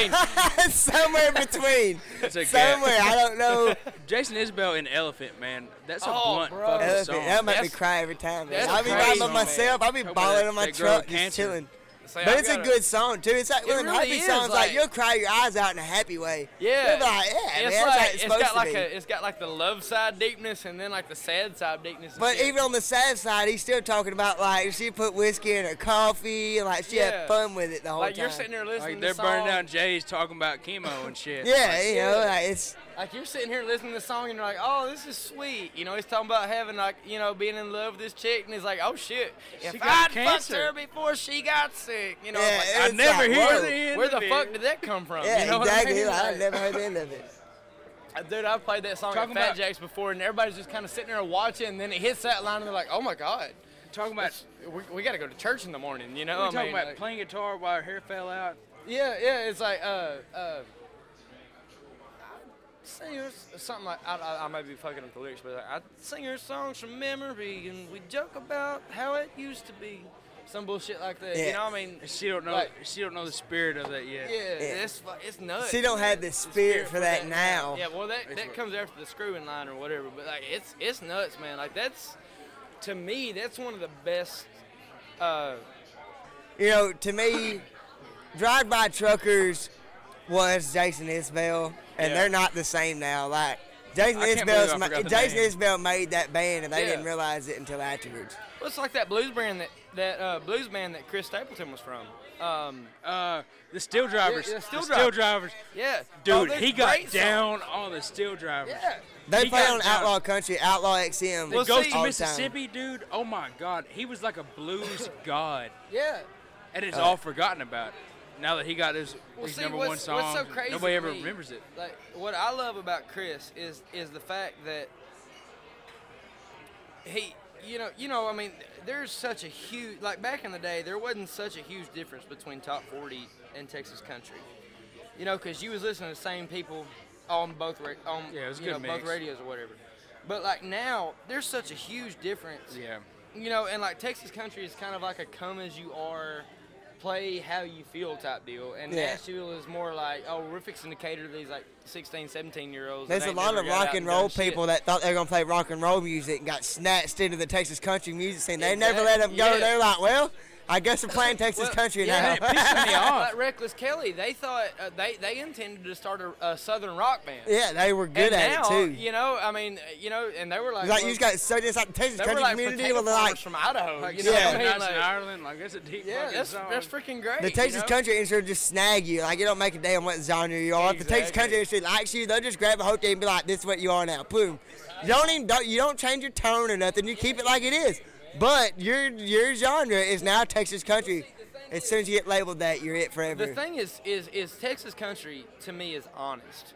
J: mean?
C: somewhere between,
G: it's a gap.
C: somewhere I don't know.
G: Jason Isbell and Elephant, man. That's a
J: Oh,
G: blunt
J: bro.
G: fucking
C: Elephant,
G: song.
C: that make me
J: That's-
C: cry every time. Man.
J: that's
C: I'll be riding
J: crazy,
C: by
J: man.
C: myself. I'll be
G: Hope
C: balling
G: that-
C: in my
G: that girl
C: truck,
G: with
C: just
G: cancer.
C: chilling.
J: It's like,
C: But
J: I've
C: it's a
J: got
C: good song too. It's like
J: It
C: one of the
J: really
C: happy
J: is,
C: songs. Like,
J: like-
C: you'll cry your eyes out in a happy way.
J: Yeah.
C: You'll be like, yeah, man,
J: It's
C: that's how
J: like
C: it's
J: it's
C: supposed
J: got
C: to
J: like
C: be.
J: a it's got like the love side deepness and then like the sad side deepness. and
C: But
J: shit.
C: even on the sad side, he's still talking about like she put whiskey in her coffee and like she
J: Yeah.
C: had fun with it the whole
J: like
C: time.
J: you're sitting there listening
G: Like
J: to
G: they're
J: the
G: burning
J: song,
G: down J's talking about chemo and shit.
C: yeah, you know,
J: yeah.
C: like it's
J: like you're sitting here listening to the song and you're like, oh, this is sweet. You know, he's talking about having like, you know, being in love with this chick, and he's like, oh shit, if
G: She got
J: I'd fucked
G: cancer.
J: her before she got sick, you know,
C: Yeah,
J: like,
C: it's
J: I never
C: like,
J: hear
C: whoa.
J: the end Where
G: of
J: the
G: it.
J: fuck did that come from?
C: yeah,
J: you know
C: exactly.
J: What
C: like,
J: I
C: I've
J: mean?
C: never heard the end of it.
J: Like, dude, I've played that song at
G: Talking
J: Fat
G: about-
J: Jack's before, and everybody's just kind of sitting there watching, and then it hits that line, and they're like, oh my god.
G: talking about
J: we, we got to go to church in the morning. You know,
G: we're
J: I
G: talking
J: mean,
G: about
J: like-
G: playing guitar while her hair fell out.
J: Yeah, yeah. It's like uh, uh, singers, something like I, I, I might be fucking up the lyrics, but like, I sing her songs from memory, and we joke about how it used to be, some bullshit like that. You know, what I mean,
G: she don't know.
J: like-
G: she don't know the spirit of that
J: yeah,
G: yet.
J: it's fu- it's nuts.
C: She don't have the spirit for that now.
J: Yeah, well, that, that comes after the screwing line or whatever. But like, it's it's nuts, man. Like that's to me, that's one of the best. Uh,
C: You know, to me, Drive By Truckers was Jason Isbell, and
J: Yeah.
C: they're not the same now. Like Jason
J: I can't believe I
C: Isbell's ma-
J: forgot the
C: Jason
J: name.
C: Isbell made that band, and they
J: Yeah.
C: didn't realize it until afterwards.
J: well, it's like that blues band that that uh, blues band that Chris Stapleton was from. Um,
G: Uh, the steel drivers.
J: yeah, Steel
G: the steel
J: Drivers.
G: drivers.
J: Yeah,
G: Dude,
J: Oh,
G: he
J: they're
G: got
J: great
G: down
J: songs.
G: on the steel drivers.
J: Yeah.
C: They
G: He
C: play
G: got
C: on
G: down.
C: Outlaw Country, Outlaw XM.
G: Well, goes
C: all
G: to
C: the
G: Mississippi, dude. Oh my God, he was like a blues god,
J: Yeah.
G: and it's
C: Oh.
G: all forgotten about. Now that he got his,
J: Well,
G: his
J: see,
G: number
J: what's,
G: one song,
J: what's so crazy?
G: nobody
J: to
G: ever
J: me,
G: remembers it.
J: Like what I love about Chris is is the fact that he, you know, you know, I mean, there's such a huge like back in the day, there wasn't such a huge difference between top 40 and Texas country. You know, because you was listening to the same people on both ra- on
G: Yeah, it was a
J: you know,
G: good
J: both
G: mix.
J: radios or whatever. But like now, there's such a huge difference.
G: Yeah,
J: You know, and like Texas country is kind of like a come as you are, play how you feel type deal. And
C: Yeah.
J: Nashville is more like, oh, we're fixing to cater to these like 16, 17 year olds. that
C: There's a
J: ain't
C: lot
J: never
C: of
J: got
C: rock
J: out
C: and
J: done
C: roll
J: shit.
C: people that thought they were gonna play rock and roll music and got snatched into the Texas country music scene. They never let them
J: Exactly,
C: go.
J: yeah.
C: They're like, well, I guess we're playing Texas
J: Well,
C: country
J: yeah,
C: now.
J: and it pisses me off.
G: off.
J: Like Reckless Kelly, they thought uh, they they intended to start a, a southern rock band.
C: yeah, they were good
J: and
C: at
J: now,
C: it too.
J: You know, I mean, uh, you know, and they were like,
C: It's like
J: well,
C: you just got so just like the Texas
J: they were
C: country
J: like
C: community
J: potato
C: with
J: farmers
C: like
J: from Idaho.
G: like
J: you know
C: yeah.
J: what I mean?
G: in
J: Like,
G: Ireland, like that's a deep
J: yeah,
G: fucking
J: that's
G: song.
J: that's freaking great.
C: the
J: you
C: Texas
J: know?
C: country industry will just snag you. Like it don't make a damn what genre you are. If the Texas
J: Exactly.
C: country industry likes you, they'll just grab a whole thing and be like, "This is what you are now." Boom. You don't even don't, you don't change your tone or nothing. You keep it like it is. But your your genre is now Texas country. As soon as you get labeled that, you're it forever.
J: The thing is, is, is Texas country to me is honest.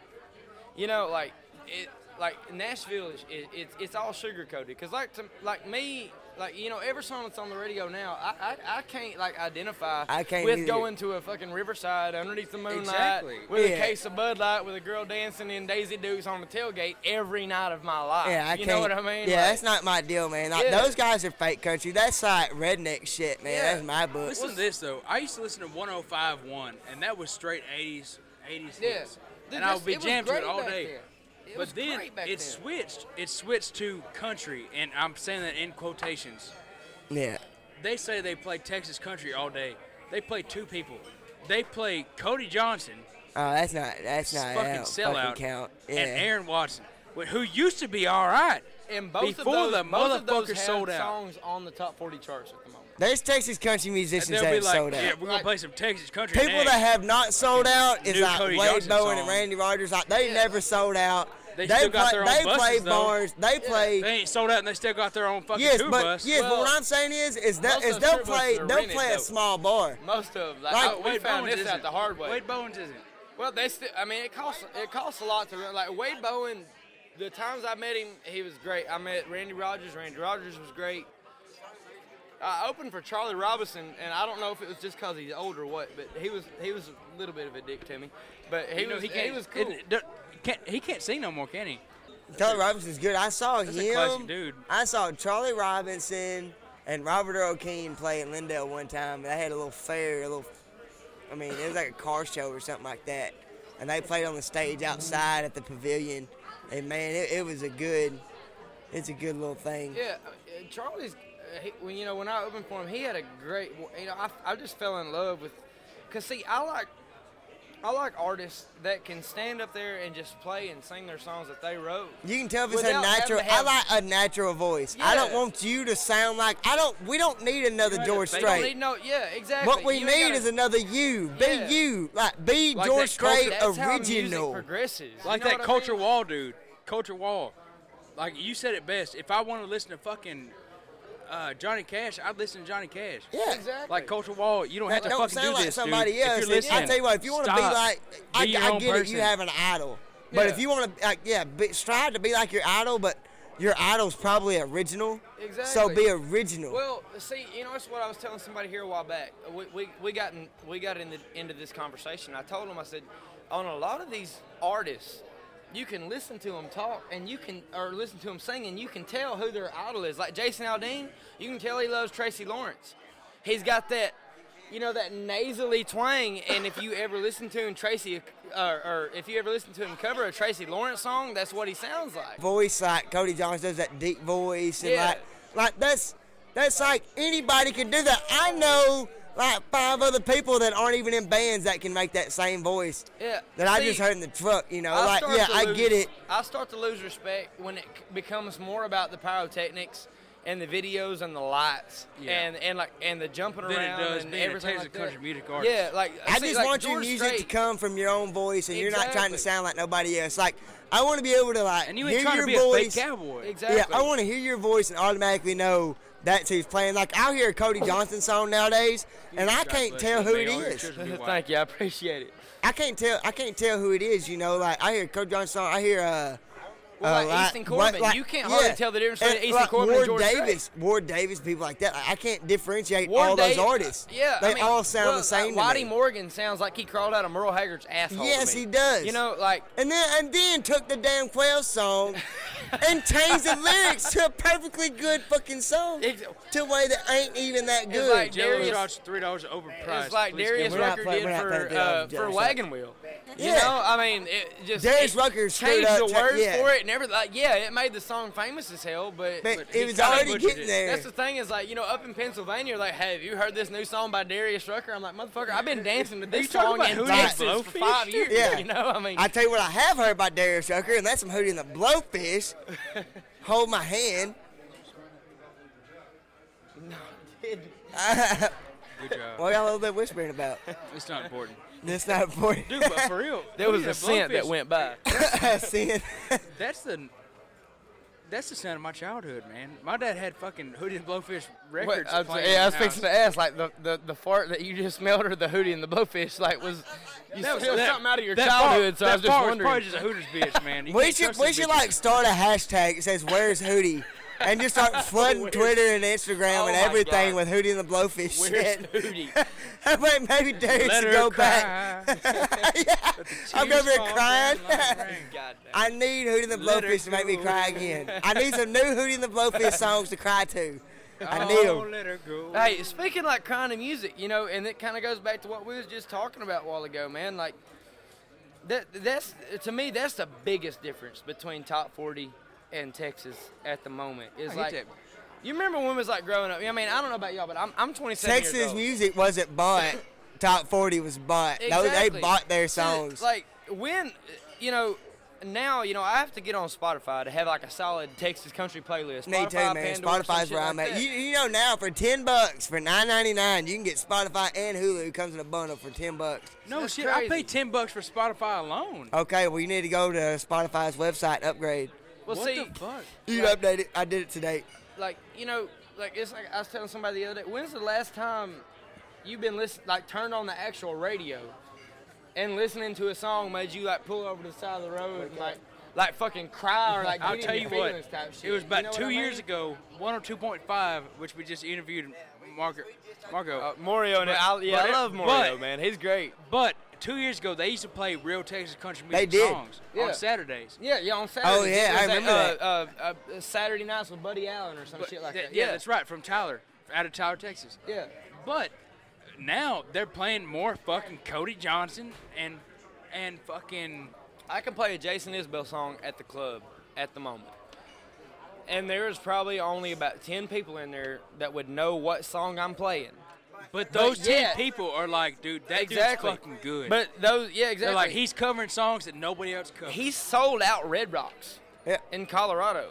J: You know, like it, like Nashville is, it, it's it's all sugar coated. Cause like to, like me, like you know, every song that's on the radio now, I I, I can't like identify
C: I can't
J: with
C: either.
J: going to a fucking Riverside underneath the moonlight
G: Exactly.
J: with
C: Yeah.
J: a case of Bud Light with a girl dancing in Daisy Dukes on the tailgate every night of my life.
C: yeah, I
J: you
C: can't.
J: know what I mean?
C: Yeah,
J: Like,
C: that's not my deal, man. Like
J: Yeah.
C: those guys are fake country. That's like redneck shit, man.
J: Yeah.
C: That's my book.
G: Listen to this though. I used to listen to 105.1, and that was straight 80s, 80s
J: Yeah.
G: hits.
J: Dude,
G: and I
J: that's-
G: would be
J: it was
G: jammed to it
J: great
G: all
J: back
G: day.
J: then. It
G: but
J: was
G: then
J: great back then.
G: it switched. It switched to country, and I'm saying that in quotations.
C: Yeah.
G: They say they play Texas country all day. They play two people. They play Cody Johnson,
C: Oh, that's not. That's not.
G: fucking
C: out.
G: sellout,
C: Fucking count. Yeah.
G: and Aaron Watson, wh- who used to be all right.
J: And both
G: Before
J: of those,
G: the
J: both of those
G: motherfucker
J: have
G: sold out.
J: songs on the top 40 charts at the moment.
C: There's Texas country
G: And
C: musicians
G: they'll
C: that
G: be
C: have
G: like,
C: sold out.
G: "Yeah, we're gonna play some Texas country."
C: People
G: next."
C: that have not sold out is
G: New
C: like
G: Cody
C: Wade
G: Johnson
C: Bowen and
G: song.
C: Randy Rogers. Like they never sold out.
G: They still got their own
C: they
G: buses,
C: play
G: though.
C: bars. They play.
G: they ain't sold out, and they still got their own fucking
C: yes,
G: tour
C: but
G: bus.
C: yes, but what
J: Well,
C: I'm saying is, is that
J: most
C: is
J: of
C: they'll
J: tour buses
C: play
J: are
C: they'll
J: rented,
C: play a
J: though.
C: small bar.
J: Most of like,
C: Like-
J: I- we
G: Wade
J: found
G: Bowens
J: this
G: isn't.
J: out the hard way.
G: Wade Bowens isn't.
J: Well, they still. I mean, it costs. It costs a lot to run. Like Wade Bowen, the times I met him, he was great. I met Randy Rogers. Randy Rogers was great. I opened for Charlie Robinson, and I don't know if it was just because he's old or what, but he was he was a little bit of a dick to me. But he
G: You know,
J: was
G: he
J: he,
G: can't.
J: was cool.
G: it- there- can't- he can't sing no more, can he?
C: Charlie Robinson's good. I saw
G: That's a
C: him.
G: classy dude.
C: I saw Charlie Robinson and Robert Earl Keane play in Lindell one time. They had a little fair, a little. I mean, it was like a car show or something like that, and they played on the stage outside at the pavilion. And man, it, it was a good. It's a good little thing.
J: Yeah, uh, Charlie's. Uh, he, when you know when I opened for him, he had a great. You know, I, I just fell in love with. Cause see, I like. I like artists that can stand up there and just play and sing their songs that they wrote.
C: You can tell if it's
J: Without
C: a natural.
J: having to have-
C: I like a natural voice. I don't
J: Yeah.
C: want you to sound like I don't. We don't need another George
J: They don't
C: Strait.
J: need no, yeah, exactly.
C: what we
J: You
C: need
J: ain't gotta-
C: is another you. Be
J: Yeah.
C: you. Like be
J: like
C: George
J: that culture-
C: Strait
J: that's how music
C: original.
J: progresses.
G: Like
J: you know
G: that
J: what I
G: culture
J: mean?
G: wall, dude. Culture wall. Like you said it best. If I want to listen to fucking uh, Johnny Cash, I'd listen to Johnny Cash.
C: Yeah.
J: Exactly.
G: Like culture wall, you don't have to
C: don't
G: fucking
C: sound
G: do
C: like
G: this,
C: somebody
G: dude.
C: else.
G: If
C: And
G: you're listening,
C: I tell you what, if you want to be
G: stop.
C: like, I,
G: Be your
C: I
G: own
C: get it. You
G: person.
C: have an idol, but if
J: Yeah.
C: you want to, like, yeah, be, strive to be like your idol, but your idol's probably original.
J: Exactly.
C: So be original.
J: Well, see, you know, it's what I was telling somebody here a while back. We, we, we got in, we got in the, into this conversation. I told them, I said, on a lot of these artists, you can listen to them talk and you can, or listen to them sing, and you can tell who their idol is. Like Jason Aldean, you can tell he loves Tracy Lawrence. He's got that, you know, that nasally twang. And if you ever listen to him, Tracy, or, or if you ever listen to him cover a Tracy Lawrence song, that's what he sounds like.
C: voice like Cody Jones does that deep voice and
J: Yeah.
C: like like that's that's like anybody can do that. I know like five other people that aren't even in bands that can make that same voice.
J: Yeah,
C: That I
J: see,
C: just heard in the truck, you know. like
J: start
C: yeah,
J: to
C: I get
J: lose-
C: it.
J: I start to lose respect when it c- becomes more about the pyrotechnics and the videos and the lights
G: Yeah.
J: and, and like and the jumping
G: Than it
J: around
G: does
J: and
G: being a
J: everything
G: Texas
J: like that.
G: country music artist.
J: Yeah, like
C: I
J: see,
C: just
J: like
C: want your
J: George
C: music
J: Strait-
C: to come from your own voice, and you're not trying to
J: Exactly.
C: sound like nobody else. Like I want to be able to like
J: And you ain't
C: hear
J: trying to
C: your
J: be a fake
C: voice.
J: cowboy. Exactly.
C: Yeah, I want to hear your voice and automatically know that's who's playing. Like I'll hear a Cody Johnson song nowadays, and I can't tell who it is.
J: Thank you, I appreciate it.
C: I can't tell. I can't tell who it is. You know, like I hear Cody Johnson. I hear uh.
J: Well,
C: uh,
J: like Easton Corbin. You can't hardly tell the difference between
C: And,
J: Easton
C: like,
J: Corbin and
C: Ward
J: George Strait.
C: Davis, Ward Davis, people like that. Like, I can't differentiate
J: Or
C: all
J: Dave-
C: those artists.
J: Yeah,
C: they
J: I mean,
C: all sound
J: well,
C: the same.
J: Like,
C: to
J: Whitey
C: me.
J: Morgan sounds like he crawled out of Merle Haggard's asshole. to
C: Yes,
J: me.
C: he does.
J: You know, like
C: and then and then took the damn Quail song and changed the lyrics to a perfectly good fucking song to a way that ain't even that good.
J: like
G: Jello
J: Darius-
G: shots three dollars overpriced.
J: It's like
G: Please
J: Darius
G: give me-
J: Rucker did
C: we're not
J: for
C: playing
J: uh,
C: Darius
J: for
C: Rucker.
J: Wagon Wheel. You
C: Yeah.
J: know, I mean, it just
C: Darius
J: it
C: Rucker straight
J: changed
C: up
J: the
C: tra-
J: words
C: yeah.
J: for it and everything. Like, yeah, it made the song famous as hell, but,
C: But
J: but
C: it
J: he
C: was
J: kinda
C: already
J: butchered
C: getting
J: it.
C: there.
J: That's the thing is like you know up in Pennsylvania, like, hey, have you heard this new song by Darius Rucker? I'm like, motherfucker, I've been dancing to this
G: you talking
J: song
G: about
J: in
G: who did
J: Texas for
G: Blowfish?
J: five years.
C: Yeah.
J: You know, I mean,
C: I tell you what, I have heard about Darius Rucker, and that's some Hootie and the Blowfish. Hold my hand.
G: Good job.
C: What y'all over there whispering about?
G: It's not important.
C: That's not important.
G: Dude, but for real,
J: there was
G: Hootie
J: a
G: and the
J: scent that
G: Blowfish,
J: went by.
C: Sin.
G: That's the. That's the sound of my childhood, man. My dad had fucking Hootie and the Blowfish
J: What,
G: records.
J: I was,
G: playing
J: yeah, I
G: in
J: was
G: the
J: fixing to
G: house.
J: ask, like the, the, the fart that you just smelled, or the hootie and the blowfish, like was you
G: That was
J: smelled
G: that-
J: something out of your
G: that
J: childhood,
G: fart-
J: so
G: that
J: I was just
G: fart
J: wondering.
G: Probably just a Hooters bitch, man. You
C: We
G: can't
C: should
G: trust
C: we
G: them
C: should
G: bitches.
C: like start a hashtag that says "Where's Hootie," and just start flooding Twitter and Instagram
J: Oh
C: and
J: my
C: everything
J: God.
C: with Hootie and the Blowfish
J: Where's
C: shit.
J: Hootie?
C: Wait, maybe Darius
G: Let
C: should
G: her
C: go
G: cry.
C: back. I'm over here crying.
J: God
C: I need Hootie and the
G: Let her
C: Blowfish to make me
G: go.
C: cry again. I need some new Hootie and the Blowfish songs to cry to. I need
G: Oh,
C: them.
G: let her go.
J: damn. Hey, speaking like kind of music, you know, and it kind of goes back to what we was just talking about a while ago, man. Like that that's to me that's the biggest difference between top 40 and Texas at the moment. Is
G: I get
J: like
G: that.
J: you remember when we was like growing up. I mean, I don't know about y'all, but I'm I'm 27 years
C: Texas
J: old.
C: music wasn't bought. Top 40 was bought. No, they
J: Exactly.
C: bought their
J: Shit,
C: songs.
J: Like when you know now you know I have to get on Spotify to have like a solid Texas country playlist.
C: Me
J: Spotify,
C: too, man.
J: Pandora, some
C: Spotify's
J: shit
C: where I'm
J: like
C: at.
J: that.
C: You, you know now for ten bucks for nine ninety nine, you can get Spotify and Hulu. It comes in a bundle for ten bucks.
G: no
J: that's
G: shit. I
J: crazy.
G: paid ten bucks for Spotify alone.
C: Okay, well you need to go to Spotify's website and upgrade.
J: well,
G: what
J: see,
G: the fuck?
C: You update it. I did it today.
J: like you know, like it's like I was telling somebody the other day. When's the last time you've been listen like turned on the actual radio and listening to a song made you like pull over to the side of the road and like like fucking cry or like
G: I'll
J: get in
G: tell
J: your
G: you what.
J: feelings type shit.
G: It was
J: You
G: about
J: know what
G: two
J: I mean?
G: years ago. One or two point five, which we just interviewed Margaret. Margo.
J: Uh, Mario, and
G: But-
J: I, yeah,
G: but-
J: I love Mario,
G: but-
J: man. He's great.
G: But two years ago, they used to play real Texas country music
C: They did.
G: songs
J: Yeah.
G: on Saturdays.
J: Yeah, yeah, on Saturday.
C: yeah, I remember that.
J: Uh, uh, uh, Saturday nights with Buddy Allen or some
G: But
J: shit like
G: th-
J: that.
G: Yeah, that's right. From Tyler, out of Tyler, Texas.
J: Yeah.
G: But now they're playing more fucking Cody Johnson and and fucking
J: I can play a Jason Isbell song at the club at the moment. And there is probably only about 10 people in there that would know what song I'm playing.
G: but those ten
J: yeah.
G: people are like, dude, that
J: Exactly.
G: dude's fucking good.
J: But those, yeah, exactly.
G: they're like, he's covering songs that nobody else covers.
J: he sold out Red Rocks
C: Yeah.
J: in Colorado.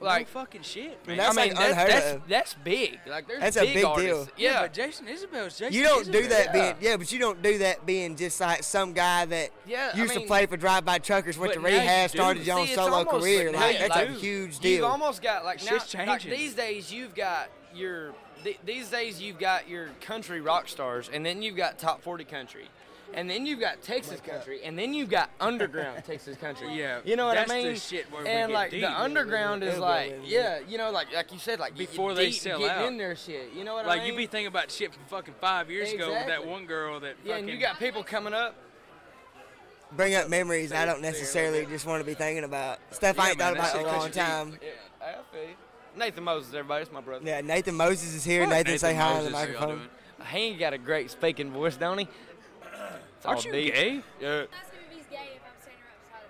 G: like
J: Like,
G: fucking shit,
C: And
G: man.
C: that's
J: I mean,
C: like
J: that's,
C: unheard
J: that's,
C: of.
J: that's big. Like, there's
C: That's a
J: big,
C: big
J: artists.
C: deal.
J: Yeah,
G: but Jason Isabel's Jason.
C: You don't do
G: Isabel.
C: that
J: Yeah.
C: being yeah, but you don't do that being just like some guy that
J: Yeah, I
C: used
J: mean-
C: to play for drive by truckers, went
G: But
C: to
G: now you
C: rehab,
G: do.
C: started your own
J: See, it's
C: solo
J: almost
C: career.
J: like-
C: Like
J: yeah,
C: that's a
J: like,
C: huge
J: You've
C: deal.
J: almost got like now,
G: Shit's
J: like
G: changing.
J: these days you've got your th- these days you've got your country rock stars, and then you've got top forty country, and then you've got Texas country, and then you've got underground Texas country.
G: Yeah,
J: you know what
G: that's
J: I
G: the
J: mean.
G: shit where we
J: and
G: get
J: like
G: deep.
J: the underground is
G: It'll go
J: like,
G: in.
J: yeah, you know, like like you said, like you get
G: Before they
J: deep and
G: sell
J: getting
G: out.
J: in there, shit. You know what
G: like
J: I
G: you
J: mean?
G: be thinking about shit from fucking five years ago with that
J: Exactly.
G: one girl that fucking
J: yeah, and you got people coming up.
C: Bring up memories I don't necessarily just want to be thinking about. Stuff I ain't thought about in a long time.
J: Yeah, I feel you. Nathan Moses, everybody, it's my brother.
C: Yeah, Nathan Moses is here. Nathan, say hi on the microphone.
J: He ain't got a great speaking voice, don't he? It's
G: Aren't
J: all
G: you
J: deep.
G: gay?
J: Yeah.
I: That's gonna be gay if I'm standing right beside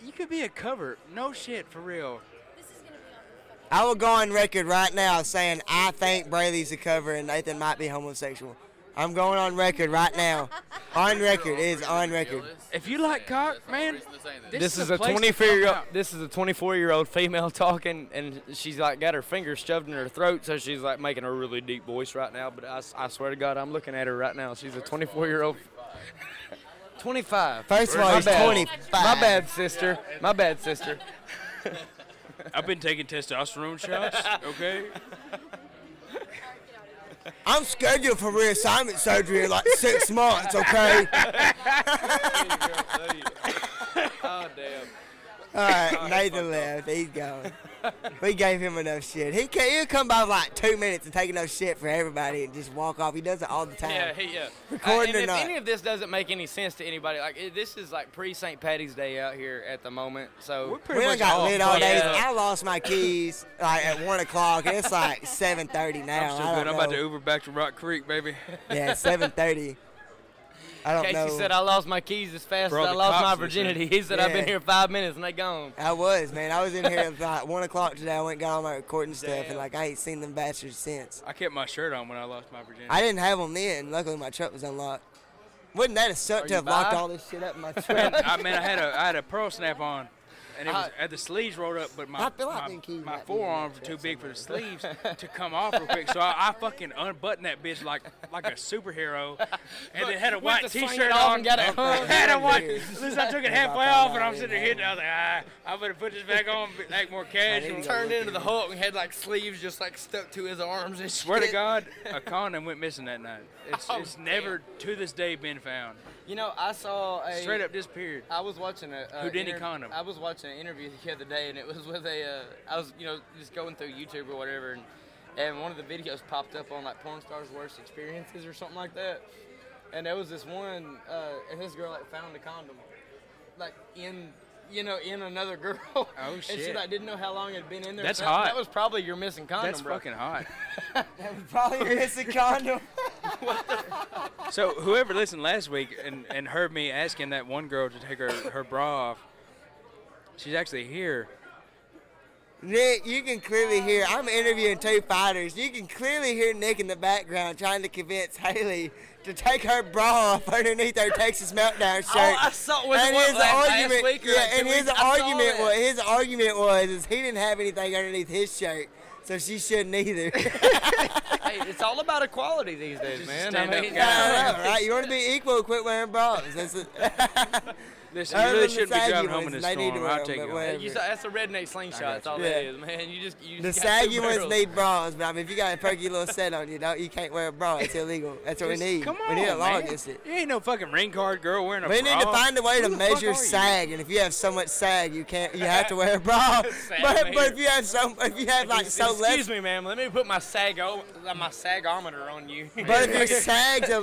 I: her.
G: You could be a cover. No shit, for real.
I: This is gonna be on the fucking.
C: I will go on record right now saying I think Braley's a cover and Nathan might be homosexual. I'm going on record right now. on record. It is on record.
G: If you like cock, man,
J: This, is a
G: place to
J: 24 year
G: come
J: old.
G: out.
J: This is a 24 year old female talking, and she's like got her fingers shoved in her throat, so she's like making a really deep voice right now. But I, s- I swear to God, I'm looking at her right now. She's a 24 year old. 25.
C: First of all,
J: My
C: he's
J: bad.
C: 25.
J: My bad, sister. My bad, sister.
G: I've been taking testosterone shots. Okay.
C: I'm scheduled for reassignment surgery in like six months, okay?
J: Oh damn.
C: All right, Nathan left. He's gone. We gave him enough shit. He can, he'll come by for like two minutes and take enough shit for everybody and just walk off. He does it all the time.
J: Yeah, he, yeah.
C: Recording
J: and
C: or
J: if
C: not.
J: any of this doesn't make any sense to anybody, like it, this is like pre St. Patty's Day out here at the moment, so
G: We're pretty
C: we done
G: much
C: got
G: all
C: lit all
G: fucked
C: day.
G: up.
C: I lost my keys like at one o'clock. and It's like seven thirty now.
G: I'm
C: I
G: so
C: don't
G: good. I'm about
C: know.
G: to Uber back to Rock Creek, baby.
C: Yeah, seven thirty. I don't
J: Casey
C: know.
J: said I lost my keys as fast
G: For
J: as
G: all
J: I
G: the
J: lost my
G: cops listening.
J: virginity. He said I've been
C: Yeah.
J: here five minutes and they gone.
C: I was man. I was in here at like one o'clock today. I went and got all my recording stuff, and like I ain't seen them bastards since.
G: I kept my shirt on when I lost my virginity.
C: I didn't have them then. Luckily, my truck was unlocked. Wouldn't that have sucked
J: Are
C: to
J: you
C: have locked
J: bi?
C: all this shit up in my truck?
G: I mean, I had a I had a pearl snap on, and it was
J: I-
G: had the sleeves rolled up, but my
C: I feel like
G: my,
C: them keys
G: my
C: might be in
G: forearms
C: that
G: were too big for the sleeves to come off real quick. So I, I fucking unbuttoned that bitch like like a superhero, and it had a
J: Whipped
G: white
J: the
G: T-shirt
J: finger off
G: on.
J: and got it hung.
G: had a white.
C: Dude.
G: Listen, I took it
C: I
G: halfway
C: thought
G: off, and
C: I
G: I'm sitting
C: didn't
G: here. and I was like, ah, I better put this back on, be- act more casual.
J: Turned into the Hulk and had like sleeves just like stuck to his arms and shit.
G: Swear to God, a condom went missing that night. It's, it's never to this day been found.
J: You know, I saw a
G: Straight up disappeared.
J: I was watching a, a
G: Who didn't
J: inter-
G: condom?
J: I was watching an interview the other day, and it was with a. Uh, I was you know just going through YouTube or whatever, and and one of the videos popped up on like porn stars' worst experiences or something like that, and there was this one, uh, and this girl like found a condom, like in. You know, in another girl. Oh And she
G: shit.
J: like didn't know how long it had been in there.
G: That's
J: So
G: hot.
J: That was probably your missing condom,
G: That's
J: bro.
G: fucking hot.
C: That was probably a missing condom.
G: So whoever listened last week and, and heard me asking that one girl to take her, her bra off, she's actually here.
C: Nick, you can clearly hear. I'm interviewing two fighters. You can clearly hear Nick in the background trying to convince Haley to take her bra off underneath her Texas Meltdown shirt.
J: Oh, I saw. Was it what, like, last week or
C: yeah,
J: like two
C: and his
J: weeks? I saw
C: argument,
J: that.
C: was, his argument was, is he didn't have anything underneath his shirt, so she shouldn't either.
J: Hey, it's all about equality these days, man. I
G: stand up
J: mean,
G: guy.
C: I know, right? You want to be equal, quit wearing bras. That's it. I
G: Listen, you really
C: remember
G: shouldn't be
C: saggy
G: driving home in
C: ones.
G: this
C: They need
G: storm.
C: to
G: I'll
C: wear
G: take
C: 'em,
G: it.
C: but where-
G: off.
J: You saw, that's a redneck slingshot. That's all that
C: Yeah.
J: is, man. You just you
C: The
J: just got two
C: saggy ones
J: barrels.
C: need bras, but I mean, if you got a perky little set on you, don't you can't wear a bra. It's illegal. That's what
G: Just-
C: we need.
G: Come
C: we
G: on,
C: need a law
G: man.
C: against it.
G: You ain't no fucking ring card girl wearing a
C: We
G: bra.
C: need to find a way to
G: Who the fuck are
C: measure
G: you?
C: sag, and if you have so much sag, you can't. You have to wear a bra. but, but if you have so, if you have like so
J: Excuse
C: less,
J: me, ma'am. Let me put my sag o- my sagometer on you.
C: but if you're sagged, yeah,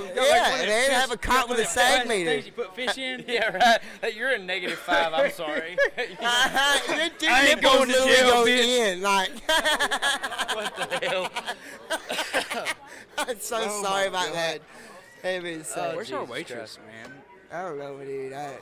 C: they ain't have a cop with a sag
G: Things
C: meter.
G: You put fish in.
J: yeah, right. Hey, You're a negative five. I'm sorry.
C: Your two
G: I ain't
C: nipples
G: going to
C: literally
G: jail,
C: go in,
G: bitch.
C: Like,
J: what the hell?
C: I'm so
G: Oh
C: sorry about that. It was so-
G: Where's our waitress, man?
C: I don't know, dude. I,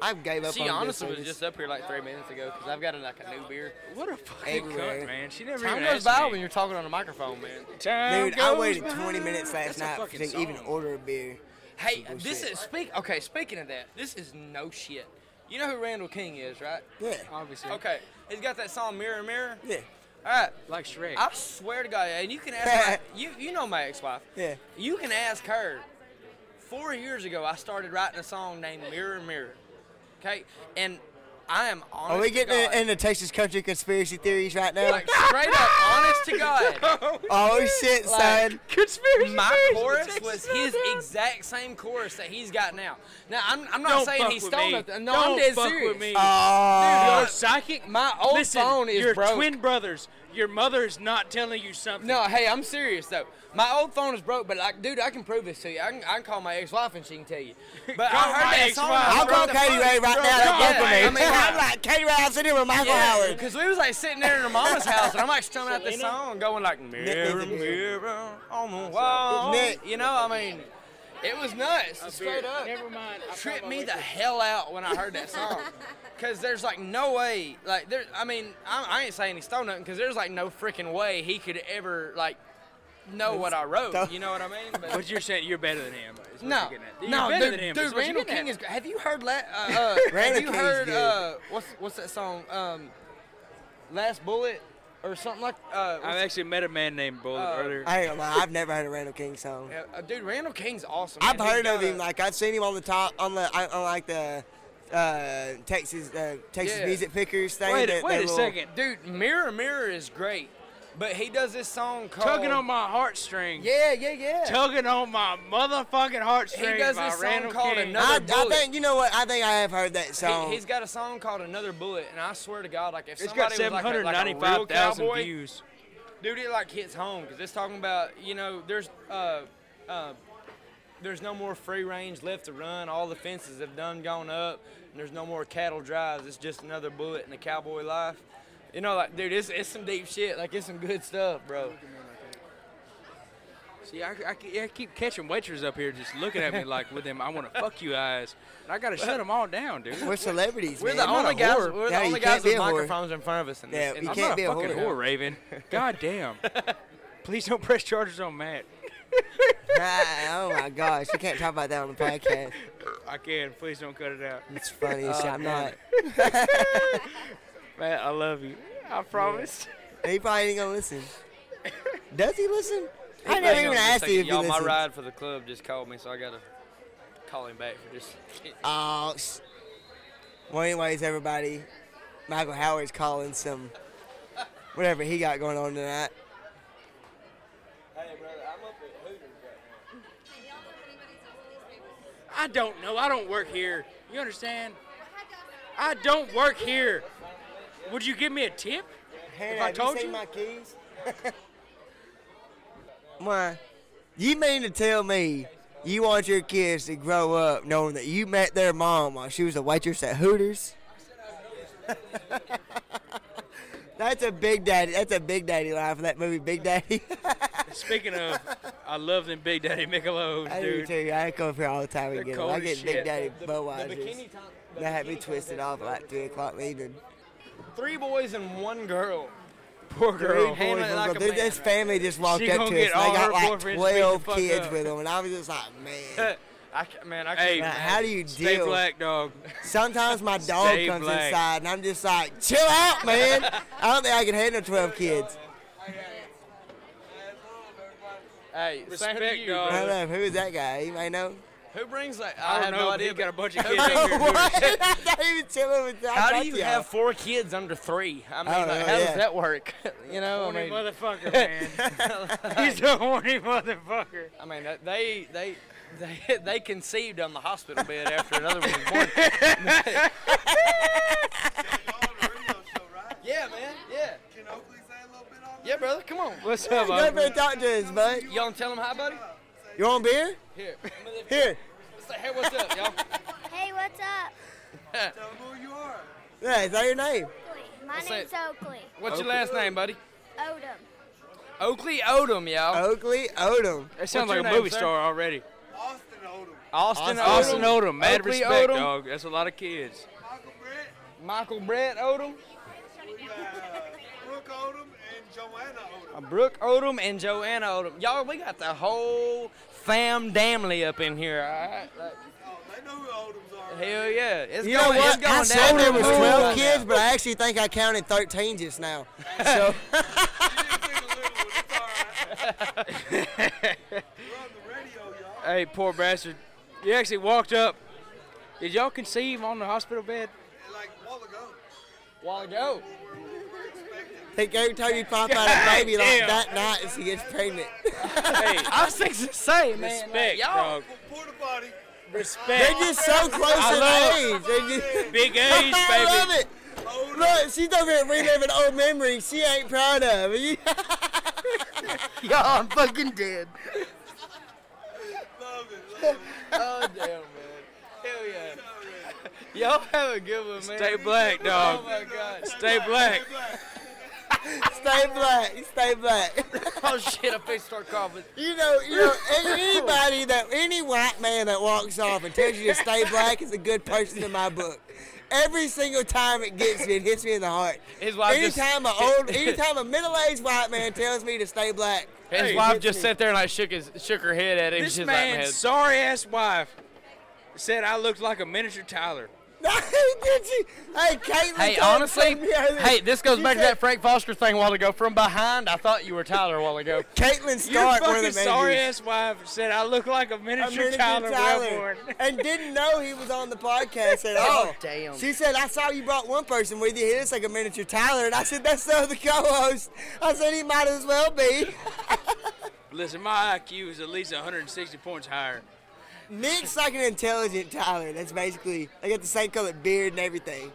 C: I gave up
J: She
C: on
J: honestly
C: this
J: was just up here like three minutes ago because I've got like a new beer.
G: What a fucking
C: Everywhere.
G: cunt, man. She never
J: Time
G: even
J: goes
G: asked
J: by
G: me.
J: when you're talking on a microphone, man.
G: Time
C: Dude, I
G: goes
C: waited
G: by.
C: 20 minutes last
G: That's a
C: night
G: fucking
C: to even
G: song.
C: order a beer.
J: Hey,
C: Some
J: this
C: bullshit.
J: is speak. Okay, speaking of that, this is no shit. You know who Randall King is, right?
C: Yeah.
G: Obviously.
J: Okay, he's got that song "Mirror, Mirror."
C: Yeah.
J: All right,
G: Like Shrek.
J: I swear to God, and you can ask my, you you know my ex-wife.
C: Yeah.
J: You can ask her. Four years ago, I started writing a song named "Mirror, Mirror." Okay, and I am honest.
C: Are we
J: to
C: getting
J: God.
C: in- into Texas country conspiracy theories right now?
J: like straight up, honest to God.
C: oh shit,
J: Like,
C: son.
J: Conspiracy My chorus was his exact same chorus that he's got now. Now I'm, I'm not
G: Don't
J: saying
G: fuck
J: he
G: with
J: stole
G: me.
J: nothing. No, I'm
G: Don't
J: dead
G: fuck
J: serious.
G: with me.
C: Oh.
J: You're psychic. My old
G: Listen,
J: phone is
G: you're
J: broke.
G: twin brothers. Your mother's not telling you something.
J: No, hey, I'm serious though. My old phone is broke, but like, dude, I can prove this to you. I can, I can call my ex-wife and she can tell you. But I
G: Call
J: heard
G: my
J: that song.
G: ex-wife.
J: I
C: I'll
J: wrote
C: call
J: the
C: Katie
J: first-
C: Ray right now.
J: Yeah,
C: That
J: I
C: yeah,
J: mean,
C: I'm
J: like-
C: like, Katie Ray, I'm sitting here with Michael
J: Yeah,
C: Howard.
J: because we was like sitting there in her mama's house, and I'm like strumming out this song, going like mirror, mirror on the wall.
C: Nick.
J: You know, I mean, it was nuts. Straight up,
G: Never mind. I
J: tripped
G: found
J: me
G: my
J: the
G: way.
J: hell out when I heard that song. Cause there's like no way, like there. I mean, I, I ain't saying he stole nothing, cause there's like no freaking way he could ever like know what I wrote. You know what I mean? But
G: But you're saying you're better than him. is what
J: no,
G: you're getting at. You're
J: no,
G: better
J: dude,
G: than him.
J: dude
G: is what you're
J: Randall
G: getting
J: King
G: at.
J: is. Have you heard? La- uh, uh,
C: Randall
J: have you
C: King's
J: heard?
C: good.
J: Uh, what's what's that song? Um, Last Bullet or something like. Uh,
G: I've
J: what's-
G: actually met a man named Bullet
J: Uh,
G: earlier.
C: I ain't gonna lie, I've never heard a Randall King song.
J: yeah, uh, dude, Randall King's awesome.
C: I've
J: man. He's
C: heard of
J: got a-
C: him. Like I've seen him on the top on the I- on like the uh, Texas uh, Texas
J: Yeah.
C: music pickers thing.
G: wait a,
C: that-
G: wait
C: that
G: a
C: little-
G: second.
J: dude, Mirror Mirror is great, but he does this song called.
G: Tugging on my heartstrings.
J: Yeah, yeah, yeah.
G: Tugging on my motherfucking heartstrings.
J: He does
G: by
J: this song
G: Randall
J: called
G: King.
J: Another
C: I, I
J: Bullet.
C: think you know what I think I have heard that song.
J: He, has got a song called "Another Bullet," and I swear to God, like if
G: It's got
J: somebody was like a, like a real
G: 795,000
J: cowboy,
G: views.
J: dude, it like hits home because it's talking about you know there's uh uh there's no more free range left to run. All the fences have done gone up, and there's no more cattle drives. It's just another bullet in the cowboy life. You know, like dude, it's it's some deep shit. Like it's some good stuff, bro.
G: See, I, I, ke- I keep catching waiters up here just looking at me like with them I want to fuck you eyes. And I got to shut them all down, dude.
C: We're celebrities.
J: We're
C: man.
J: the
C: I'm not
J: only
C: a
J: guys.
C: whore.
J: We're
C: Yeah,
J: the
C: you
J: only
C: can't
J: guys
C: be
J: with
C: a whore.
J: microphones in front of us. In this,
C: Yeah,
J: in
C: you
J: this
G: I'm not
C: can't be
G: a
C: a
G: fucking
C: whore.
G: whore, Raven. God damn. Please don't press charges on Matt.
C: Right, Oh my gosh, you can't talk about that on the podcast.
G: I can. Please don't cut it out.
C: It's funny
J: Uh,
C: as shit. I'm not.
G: Matt, I love you. I promise.
C: He probably ain't gonna listen. Does he listen? I
J: Hang
C: never
J: on
C: even
J: just a
C: asked
J: second.
C: you if you
J: Y'all, my
C: listen.
J: ride for the club just called me, so I gotta call him back for just.
C: Oh. s- Well, anyways, everybody, Michael Howard's calling some whatever he got going on tonight.
J: Hey, brother, I'm up at Hooters right
I: Hey, y'all know if anybody's on these papers?
G: I don't know. I don't work here. You understand?
I: Well, how do I-
G: I don't work here. Would you give me a tip?
C: Hey,
G: If I
C: have
G: told
C: you seen
G: you-
C: my keys? Why? You mean to tell me you want your kids to grow up knowing that you met their mom while she was a waitress at Hooters? that's a big daddy. That's a big daddy line for that movie, Big Daddy.
G: Speaking of, I love them Big Daddy Michelobes,
C: I do
G: dude.
C: too. I come up here all the time and get 'em.
G: cold
C: I
G: as
C: get
G: shit.
C: Big Daddy
J: now. The
C: Budweiser's.
J: bikini top.
C: They had me twisted off at like 3 o'clock in the evening.
J: Three boys and one girl. Poor girl.
C: Three boys,
J: Handling it
C: one
J: like
C: girl.
J: a
C: This-
J: man.
C: This family just walked
G: She
C: up to
G: gonna
C: us. and
G: get
C: They
G: all
C: got
G: her
C: like
G: boyfriends beat the
C: 12
G: fuck
C: kids
G: up.
C: with them. And I was just like, man.
J: I ca- man, I
G: Hey,
J: can't.
C: Like,
J: imagine.
C: how do you
G: Stay
C: deal?
G: black, dog.
C: Sometimes my dog
G: Stay
C: comes
G: black.
C: inside and I'm just like, chill out, man. I don't think I can handle 12 kids.
J: Hey, same to
G: Respect,
J: you,
G: dog.
C: I don't
J: brother.
C: know. Who is that guy? You might know.
J: Who brings like?
G: I
J: I,
G: don't
J: have
G: know,
J: no
G: but
J: idea.
G: he got a
J: but-
G: bunch of
J: Who
G: kids out
J: brings-
G: here.
C: what? I'm not even chilling with that.
J: How do you have four kids under three? I mean,
C: Oh,
J: like,
C: yeah,
J: how
C: yeah.
J: does that work? you know, I
G: Horny
J: mean,
G: motherfucker, man. He's a horny motherfucker.
J: I mean, that- they they they they conceived on the hospital bed after another one was born. yeah, man. Yeah.
E: Can Oakley say a little bit on
J: Yeah, brother. Come on.
G: What's up,
C: Go over
G: Oakley?
C: and talk to us, bud.
J: Y'all wanna tell them hi, buddy.
C: You want beer?
J: Here.
C: Here.
J: Say, hey, what's up, y'all?
I: Hey, what's up?
E: Tell them who you are.
C: Yeah, is that your name?
I: Oakley. My
J: What's
I: name's Oakley.
J: What's your last name, buddy?
I: Odom.
J: Oakley Odom, y'all.
C: Oakley Odom.
G: Oh, That
J: What's
G: sounds
J: your
G: like a
J: name,
G: movie
J: sir?
G: star already.
E: Austin Odom.
J: Austin,
G: Austin Odom, mad
J: Oakley
G: respect,
J: Odom.
G: dog. That's a lot of kids.
E: Michael Britt.
J: Michael Brett Odom,
E: We got uh, Brooke Odom and Joanna Odom.
J: uh, Brooke Odom, and Joanna Odom. Y'all, we got the whole fam damly up in here. All right. Like,
E: Oh, they know who Odoms are. right?
J: hell yeah. It's
C: You know
J: going, It's
C: what?
J: going
C: I
J: down
C: said there was
J: the
C: 12
J: road.
C: kids, but I actually think I counted 13 just now. So,
E: You didn't pick a little one. It's all right. We're on the radio, y'all.
G: Hey, poor bastard. You actually walked up. Did y'all conceive on the hospital bed?
E: And
K: like a while ago.
J: While ago.
C: Think every time you pop out a baby like that night, and she gets pregnant.
J: hey, I was thinking the same, man. Like,
C: Respect,
J: y'all,
C: Respect. They're just so close in
J: I
C: age. They're just,
J: Big
C: I
J: age, baby.
C: love it. Look, she's over here reliving old memories she ain't proud of.
L: Y'all, I'm fucking dead.
J: oh damn, man. Hell yeah. Y'all have a good one, man.
G: Stay black, dog.
J: Oh my god.
G: Stay black.
C: stay black. Stay black.
J: oh shit, I fixed start coughing.
C: You know, you know, anybody that any white man that walks off and tells you to stay black is a good person in my book. Every single time it gets me, it hits me in the heart.
J: His wife just-
C: anytime a old, anytime a middle-aged white man tells me to stay black,
J: His
C: it
J: wife
C: hits
J: just
C: me.
J: sat there and I shook his shook her head at him.
G: This
J: She's like, man,
G: man's sorry ass wife said I looked like a miniature Tyler.
C: Did she? Hey, Caitlin.
J: Hey,
C: told-
J: honestly,
C: told me earlier-
J: hey, this goes
C: she
J: back to
C: said-
J: that Frank Foster thing a while ago. From behind, I thought you were Tyler a while ago.
C: Caitlin
G: Your
C: Stark, one of
G: fucking
C: the
G: sorry
C: managers.
G: ass wife said I look like a
C: A
G: miniature,
C: miniature
G: Tyler,
C: Tyler,
G: Wellborn.
C: and didn't know he was on the podcast at all.
L: Oh, damn.
C: She said, "I saw you brought one person with you. He looks like a miniature Tyler." And I said, "That's the other co-host." I said, "He might as well be."
G: Listen, my IQ is at least 160 points higher.
C: Nick's like an intelligent Tyler. That's basically. They got the same colored beard and everything.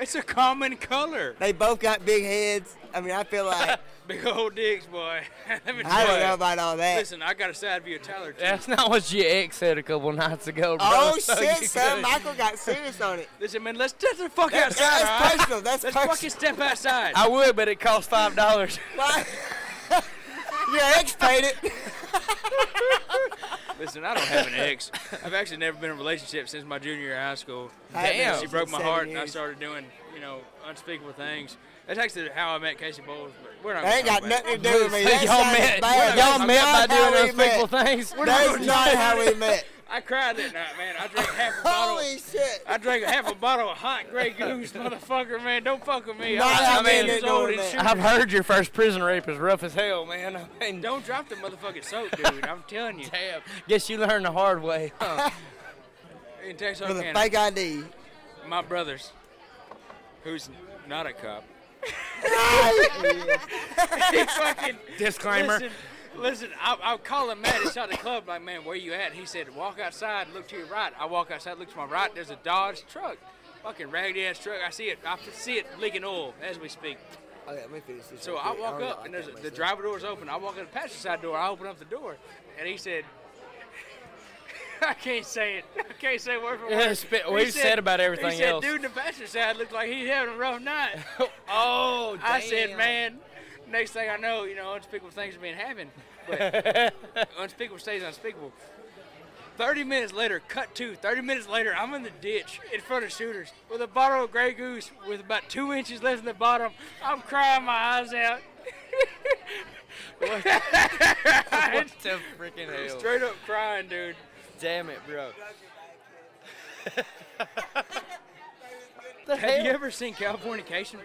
G: it's a common color.
C: They both got big heads. I mean, I feel like
G: Big old dicks, boy. Let me
C: I
G: tell
C: don't
G: ya.
C: know about all that.
G: Listen, I got a side view of Tyler too.
J: That's not what your ex said a couple nights ago, bro.
C: Oh
J: So
C: shit,
J: you
C: son!
J: good.
C: Michael got serious on it.
G: Listen, man, let's step the fuck
C: That's-
G: outside.
C: that's
G: all right?
C: personal, that's
G: let's
C: personal.
G: fucking step outside.
J: I would, but it cost five dollars.
C: Why? Your ex paid it.
G: Listen, I don't have an ex. I've actually never been in a relationship since my junior year of high school.
J: Damn.
G: And She broke my heart,
J: Seven
G: and I
J: years.
G: started doing, you know, unspeakable things. That's actually how I met Casey Bowles, but we're not.
C: That ain't
G: gonna
C: got
G: talk
C: nothing
G: about
C: to
G: it.
C: do with me. That's
G: y'all
C: not
G: met,
C: bad. That's
G: y'all met
C: not
G: by
C: how
G: doing
C: we
G: unspeakable
C: met.
G: things. We're
C: That's
G: gonna
C: not
G: talk
C: how
G: about
C: we
G: it.
C: met.
G: I cried that night, man. I drank half a bottle.
C: Holy shit!
G: I drank half a bottle of hot Grey Goose, motherfucker, man. Don't fuck with me.
J: Nah, I
G: I'm 18
J: mean,
G: years old and shit.
J: I've heard your first prison rape is rough as hell, man. I mean,
G: Don't drop the motherfucking soap, dude. I'm telling you.
J: Damn. guess you learned the hard way. huh?
G: In Texas,
C: With a
G: Arkansas,
C: fake ID.
G: my brothers, who's not a cop. he fucking
J: Disclaimer.
G: Listen, listen I, I call him mad inside the club, like, man, where you at? He said, walk outside, look to your right. I walk outside, look to my right. There's a Dodge truck, fucking raggedy ass truck. I see it. I see it leaking oil as we speak.
C: Okay, let me finish this.
G: So
C: real
G: I
C: quick.
G: walk
C: don't
G: up,
C: like
G: and
C: that
G: there's a, the
C: myself.
G: driver door's open. I walk in the passenger side door. I open up the door, and he said, "I can't say it. I can't say word for word."
J: Yeah, spit-
G: He
J: we've said about everything
G: He said,
J: else.
G: "Dude, in the passenger side looked like he's having a rough night." oh, I said,
J: damn.
G: "Man." Next thing I know, you know, unspeakable things have been happening, but unspeakable stays unspeakable. 30 minutes later, cut to 30 minutes later, I'm in the ditch in front of shooters with a bottle of Grey Goose with about two inches left in the bottom. I'm crying my eyes out.
J: what the freaking hell?
G: Straight up crying, dude.
J: Damn it, bro.
G: Have you ever seen Californication?